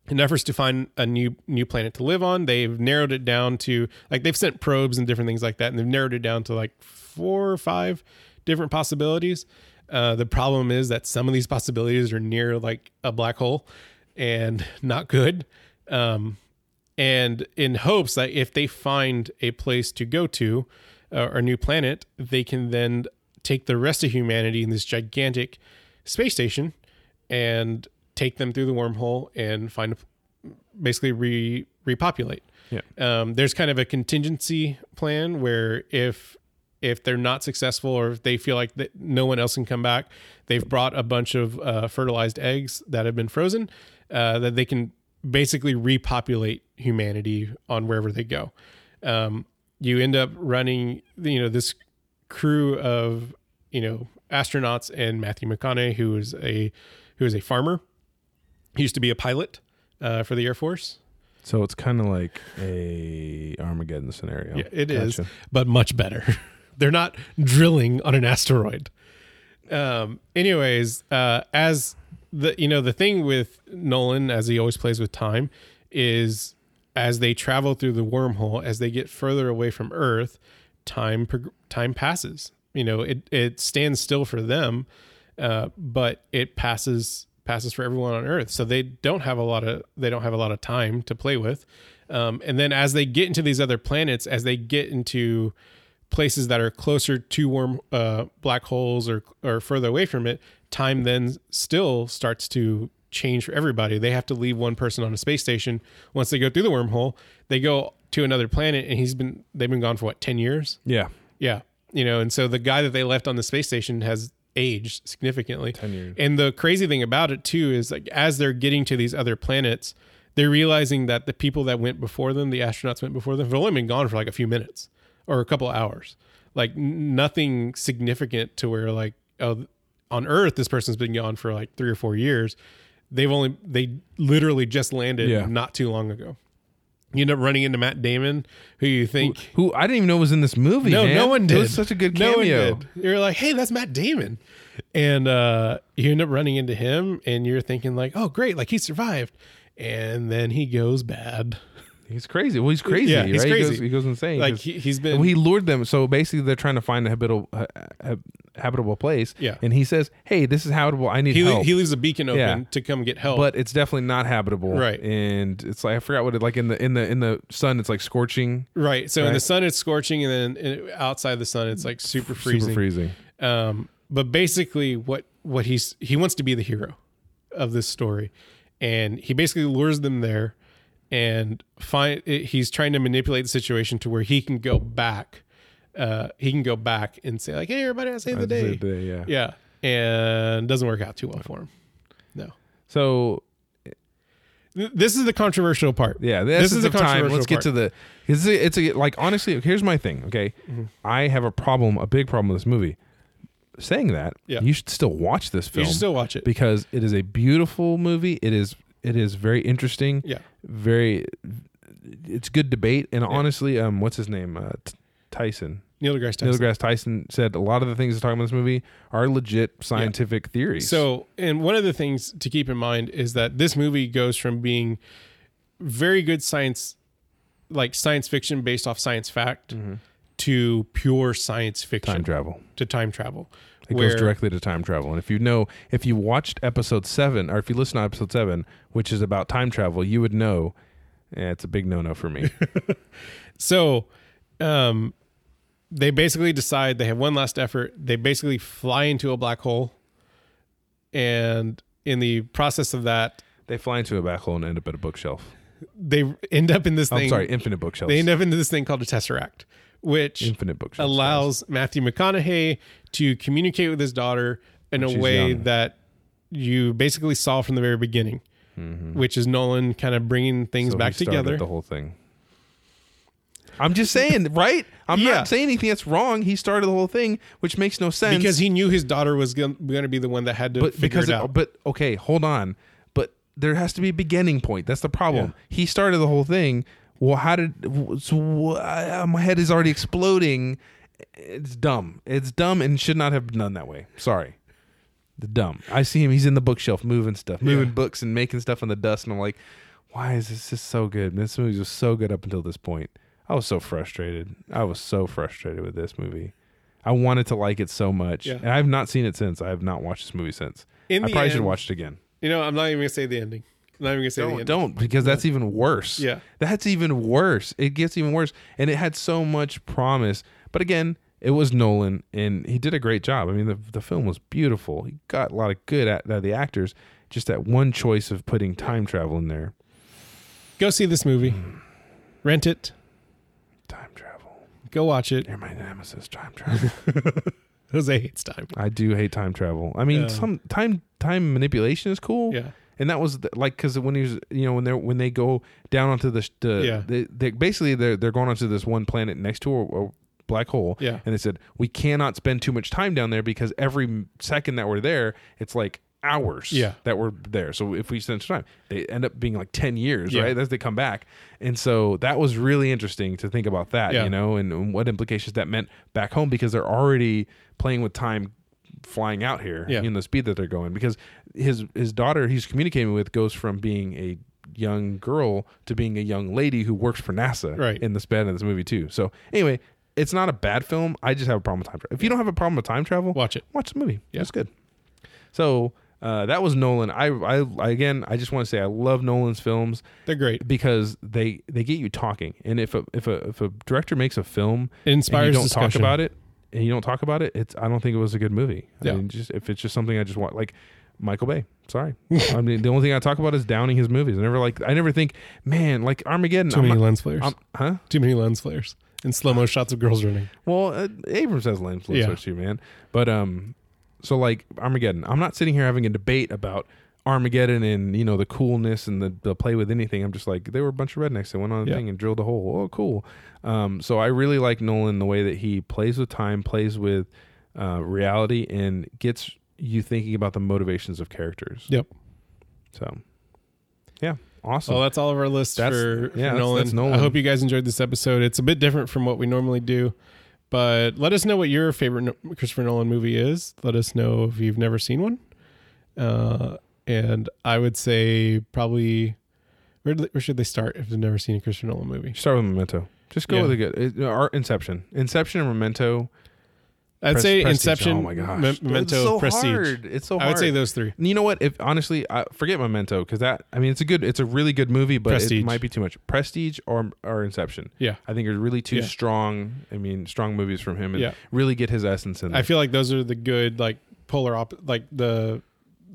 Speaker 2: in efforts to find a new new planet to live on. They've narrowed it down to like they've sent probes and different things like that, and they've narrowed it down to like four or five different possibilities. Uh, the problem is that some of these possibilities are near like a black hole and not good. Um, and in hopes that if they find a place to go to uh, or a new planet, they can then take the rest of humanity in this gigantic space station and take them through the wormhole and find a, basically re repopulate.
Speaker 3: Yeah.
Speaker 2: Um, there's kind of a contingency plan where if if they're not successful or if they feel like that no one else can come back, they've brought a bunch of uh, fertilized eggs that have been frozen uh, that they can basically repopulate humanity on wherever they go. Um, you end up running, you know, this crew of you know astronauts and Matthew McConaughey, who is a who is a farmer. He used to be a pilot uh, for the Air Force.
Speaker 3: So it's kind of like a Armageddon scenario.
Speaker 2: Yeah, it is, but much better. They're not drilling on an asteroid. Um, anyways, uh, as the you know the thing with Nolan, as he always plays with time, is as they travel through the wormhole, as they get further away from Earth, time prog- time passes. You know, it it stands still for them, uh, but it passes passes for everyone on Earth. So they don't have a lot of they don't have a lot of time to play with. Um, and then as they get into these other planets, as they get into places that are closer to warm uh, black holes or or further away from it, time then still starts to change for everybody. They have to leave one person on a space station. Once they go through the wormhole, they go to another planet, and he's been they've been gone for what ten years.
Speaker 3: Yeah.
Speaker 2: Yeah. You know, and so the guy that they left on the space station has aged significantly.
Speaker 3: 10 years.
Speaker 2: And the crazy thing about it too is like as they're getting to these other planets, they're realizing that the people that went before them, the astronauts went before them, have only been gone for like a few minutes or a couple hours. Like n- nothing significant to where like oh, on Earth this person's been gone for like 3 or 4 years. They've only they literally just landed
Speaker 3: Yeah.
Speaker 2: not too long ago. You end up running into Matt Damon, who you think
Speaker 3: Who I didn't even know was in this movie.
Speaker 2: no,
Speaker 3: man.
Speaker 2: no one did.
Speaker 3: It was such a good
Speaker 2: No
Speaker 3: cameo.
Speaker 2: one did. You're like, hey, that's Matt Damon, and uh, you end up running into him, and you're thinking like, oh, great, like he survived, and then he goes bad.
Speaker 3: He's crazy. Well, he's crazy.
Speaker 2: Yeah, he's
Speaker 3: right? He
Speaker 2: crazy.
Speaker 3: goes, he goes insane.
Speaker 2: Like
Speaker 3: 'cause-
Speaker 2: he, he's been.
Speaker 3: well, he lured them. So basically, they're trying to find a habitable, ha- ha- habitable place.
Speaker 2: Yeah.
Speaker 3: And he says, "Hey, this is habitable. I need
Speaker 2: he,
Speaker 3: help."
Speaker 2: he leaves a beacon open
Speaker 3: Yeah.
Speaker 2: to come get help.
Speaker 3: but it's definitely not habitable.
Speaker 2: Right.
Speaker 3: And it's like I forgot what it like in the in the in the sun. It's like scorching,
Speaker 2: right. So in the
Speaker 3: Right.
Speaker 2: sun, it's scorching, and then in- outside the sun, it's like super freezing.
Speaker 3: super freezing.
Speaker 2: Um, but basically, what what he's he wants to be the hero of this story, and he basically lures them there, and find it, he's trying to manipulate the situation to where he can go back. Uh, he can go back and say like, "Hey, everybody, I saved the day."
Speaker 3: The- yeah.
Speaker 2: Yeah, and doesn't work out too well for him. No,
Speaker 3: So
Speaker 2: Th- this is the controversial part.
Speaker 3: yeah, this, is the time.
Speaker 2: controversial
Speaker 3: Let's get
Speaker 2: part.
Speaker 3: to the. It's a, it's a like honestly. Here's my thing. Okay,
Speaker 2: Mm-hmm.
Speaker 3: I have a problem, a big problem with this movie. Saying that,
Speaker 2: Yeah.
Speaker 3: you should still watch this
Speaker 2: You
Speaker 3: film.
Speaker 2: should still watch it.
Speaker 3: because it is a beautiful movie. It is it is very interesting.
Speaker 2: Yeah.
Speaker 3: Very it's good debate and honestly um what's his name? Uh, T- Tyson.
Speaker 2: Neil deGrasse Tyson.
Speaker 3: Neil deGrasse Tyson said a lot of the things he's talking about in this movie are legit scientific theories.
Speaker 2: So, and one of the things to keep in mind is that this movie goes from being very good science, like science fiction based off science fact, to pure science fiction
Speaker 3: Mm-hmm. time travel.
Speaker 2: to time travel.
Speaker 3: It goes directly to time travel. And if you know if you watched episode 7 or if you listen to episode 7 which is about time travel, you would know eh, it's a big no-no for me.
Speaker 2: So, um, they basically decide they have one last effort. They basically fly into a black hole, and in the process of that,
Speaker 3: they fly into a black hole and end up at a bookshelf.
Speaker 2: they end up in this
Speaker 3: Oh, I'm
Speaker 2: thing.
Speaker 3: sorry, infinite bookshelves.
Speaker 2: They end up into this thing called a tesseract, which
Speaker 3: infinite bookshelves.
Speaker 2: allows Matthew McConaughey to communicate with his daughter in a
Speaker 3: she's
Speaker 2: way
Speaker 3: young.
Speaker 2: that you basically saw from the very beginning, which is Nolan kind of bringing things
Speaker 3: So
Speaker 2: back
Speaker 3: he started
Speaker 2: together.
Speaker 3: The whole thing. I'm just saying, right? I'm
Speaker 2: Yeah.
Speaker 3: not saying anything that's wrong. He started the whole thing, which makes no sense.
Speaker 2: because he knew his daughter was going to be the one that had to
Speaker 3: but
Speaker 2: figure
Speaker 3: because
Speaker 2: it
Speaker 3: it-
Speaker 2: out.
Speaker 3: but okay, hold on. But there has to be a beginning point. That's the problem. He started the whole thing. Well, how did? So uh, my head is already exploding. It's dumb. It's dumb and should not have been done that way. Sorry. The dumb. I see him. He's in the bookshelf moving stuff, moving books and making stuff in the dust. And I'm like, why is this just so good? This movie was so good up until this point. I was so frustrated. I was so frustrated with this movie. I wanted to like it so much.
Speaker 2: Yeah.
Speaker 3: And I've not seen it since. I have not watched this movie since.
Speaker 2: In
Speaker 3: I
Speaker 2: the
Speaker 3: probably should
Speaker 2: end-
Speaker 3: watch it again.
Speaker 2: you know, I'm not even going to say the ending. I'm not even going to say the
Speaker 3: Don't,
Speaker 2: ending.
Speaker 3: don't because that's even worse.
Speaker 2: Yeah.
Speaker 3: That's even worse. It gets even worse. And it had so much promise. But again, it was Nolan and he did a great job. I mean, the, the film was beautiful. He got a lot of good at, at the actors. just that one choice of putting time travel in there.
Speaker 2: Go see this movie. Rent it.
Speaker 3: Time travel.
Speaker 2: Go watch it.
Speaker 3: You're my nemesis, time travel.
Speaker 2: Jose hates time.
Speaker 3: I do hate time travel. I mean,
Speaker 2: Yeah.
Speaker 3: some time time manipulation is cool.
Speaker 2: Yeah.
Speaker 3: And that was the, like because when he was, you know, when they are when they go down onto the, sh- the
Speaker 2: Yeah.
Speaker 3: they, they basically they're they're going onto this one planet next to a, a black hole.
Speaker 2: Yeah.
Speaker 3: And they said we cannot spend too much time down there because every m- second that we're there, it's like hours.
Speaker 2: Yeah.
Speaker 3: That we're there. So if we spend some time, they end up being like ten years,
Speaker 2: Yeah.
Speaker 3: right? As they come back. And so that was really interesting to think about that,
Speaker 2: Yeah.
Speaker 3: you know, and, and what implications that meant back home because they're already playing with time flying out here
Speaker 2: Yeah.
Speaker 3: in the speed that they're going because his his daughter he's communicating with goes from being a young girl to being a young lady who works for NASA
Speaker 2: Right.
Speaker 3: in the span of this movie too. So anyway, it's not a bad film. I just have a problem with time travel. If you don't have a problem with time travel,
Speaker 2: Watch it.
Speaker 3: watch the movie. It's good. So uh, that was Nolan. I, I I again I just want to say I love Nolan's films
Speaker 2: They're great.
Speaker 3: because they they get you talking. And if a if a if a director makes a film
Speaker 2: It inspires
Speaker 3: and you don't talk
Speaker 2: discussion.
Speaker 3: about it and you don't talk about it, it's I don't think it was a good movie.
Speaker 2: Yeah.
Speaker 3: I mean, just if it's just something I just want like Michael Bay. Sorry. I mean the only thing I talk about is downing his movies. I never like I never think, man, like Armageddon.
Speaker 2: Too
Speaker 3: I'm
Speaker 2: many
Speaker 3: not-
Speaker 2: lens flares.
Speaker 3: I'm- huh?
Speaker 2: Too many lens flares. And slow mo shots of girls running.
Speaker 3: Well, uh, Abrams has lens flares
Speaker 2: Yeah.
Speaker 3: too, man. But um, so like Armageddon, I'm not sitting here having a debate about Armageddon and you know the coolness and the, the play with anything. I'm just like they were a bunch of rednecks that went on a
Speaker 2: Yeah.
Speaker 3: thing and drilled a hole. Oh, cool. Um, so I really like Nolan the way that he plays with time, plays with uh, reality, and gets you thinking about the motivations of characters.
Speaker 2: Yep.
Speaker 3: So, yeah, awesome.
Speaker 2: Well, that's all of our lists
Speaker 3: That's-
Speaker 2: for, for
Speaker 3: yeah, that's-
Speaker 2: Nolan.
Speaker 3: that's Nolan.
Speaker 2: I hope you guys enjoyed this episode. It's a bit different from what we normally do, but let us know what your favorite No- Christopher Nolan movie is. Let us know if you've never seen one. Uh, and I would say probably where, do- where should they start if they've never seen a Christopher Nolan movie?
Speaker 3: Start with Memento. Just go
Speaker 2: Yeah.
Speaker 3: with a good it, or Inception, Inception and Memento.
Speaker 2: I'd
Speaker 3: Pres-
Speaker 2: say
Speaker 3: Prestige.
Speaker 2: Inception,
Speaker 3: Oh my gosh,
Speaker 2: Mem-
Speaker 3: It's
Speaker 2: Memento,
Speaker 3: so
Speaker 2: Prestige.
Speaker 3: hard. It's so hard.
Speaker 2: I would say those three.
Speaker 3: You know what? If honestly, I forget Memento because that. I mean, it's a good. It's a really good movie, but
Speaker 2: Prestige.
Speaker 3: it might be too much. Prestige or or Inception.
Speaker 2: Yeah.
Speaker 3: I think are really two
Speaker 2: Yeah.
Speaker 3: strong. I mean, strong movies from him, and
Speaker 2: Yeah.
Speaker 3: really get his essence in. There.
Speaker 2: I feel like those are the good, like polar op, like the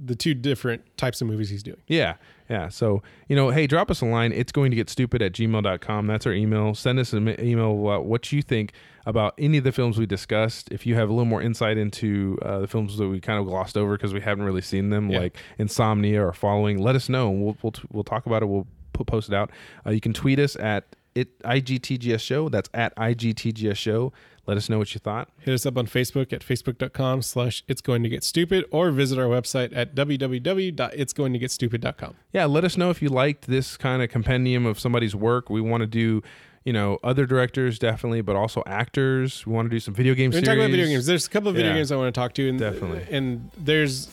Speaker 2: the two different types of movies he's doing.
Speaker 3: Yeah. Yeah. So, you know, hey, drop us a line. It's going to get stupid at gmail.com. That's our email. Send us an email about what you think about any of the films we discussed. If you have a little more insight into uh, the films that we kind of glossed over because we haven't really seen them,
Speaker 2: Yeah.
Speaker 3: like Insomnia or Following, let us know. and We'll, we'll, we'll talk about it. We'll put, post it out. Uh, you can tweet us at it, IGTGS show. That's at IGTGS show. Let us know what you thought.
Speaker 2: Hit us up on Facebook at facebook.com slash it's going to get stupid or visit our website at www.itsgoingtogetstupid.com.
Speaker 3: yeah, let us know if you liked this kind of compendium of somebody's work. We want to do, you know, other directors definitely, but also actors. We want to do some video game
Speaker 2: We're
Speaker 3: series.
Speaker 2: talking about video games. There's a couple of video
Speaker 3: Yeah.
Speaker 2: games I want to talk to and
Speaker 3: Definitely.
Speaker 2: and there's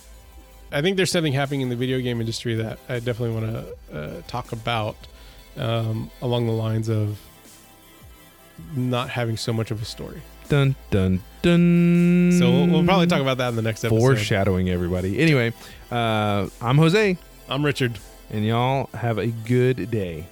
Speaker 2: I think there's something happening in the video game industry that I definitely want to uh, talk about um, along the lines of not having so much of a story.
Speaker 3: Dun dun dun.
Speaker 2: So we'll, we'll probably talk about that in the next episode.
Speaker 3: foreshadowing everybody. Anyway, uh, I'm Jose,
Speaker 2: I'm Richard.
Speaker 3: and y'all have a good day.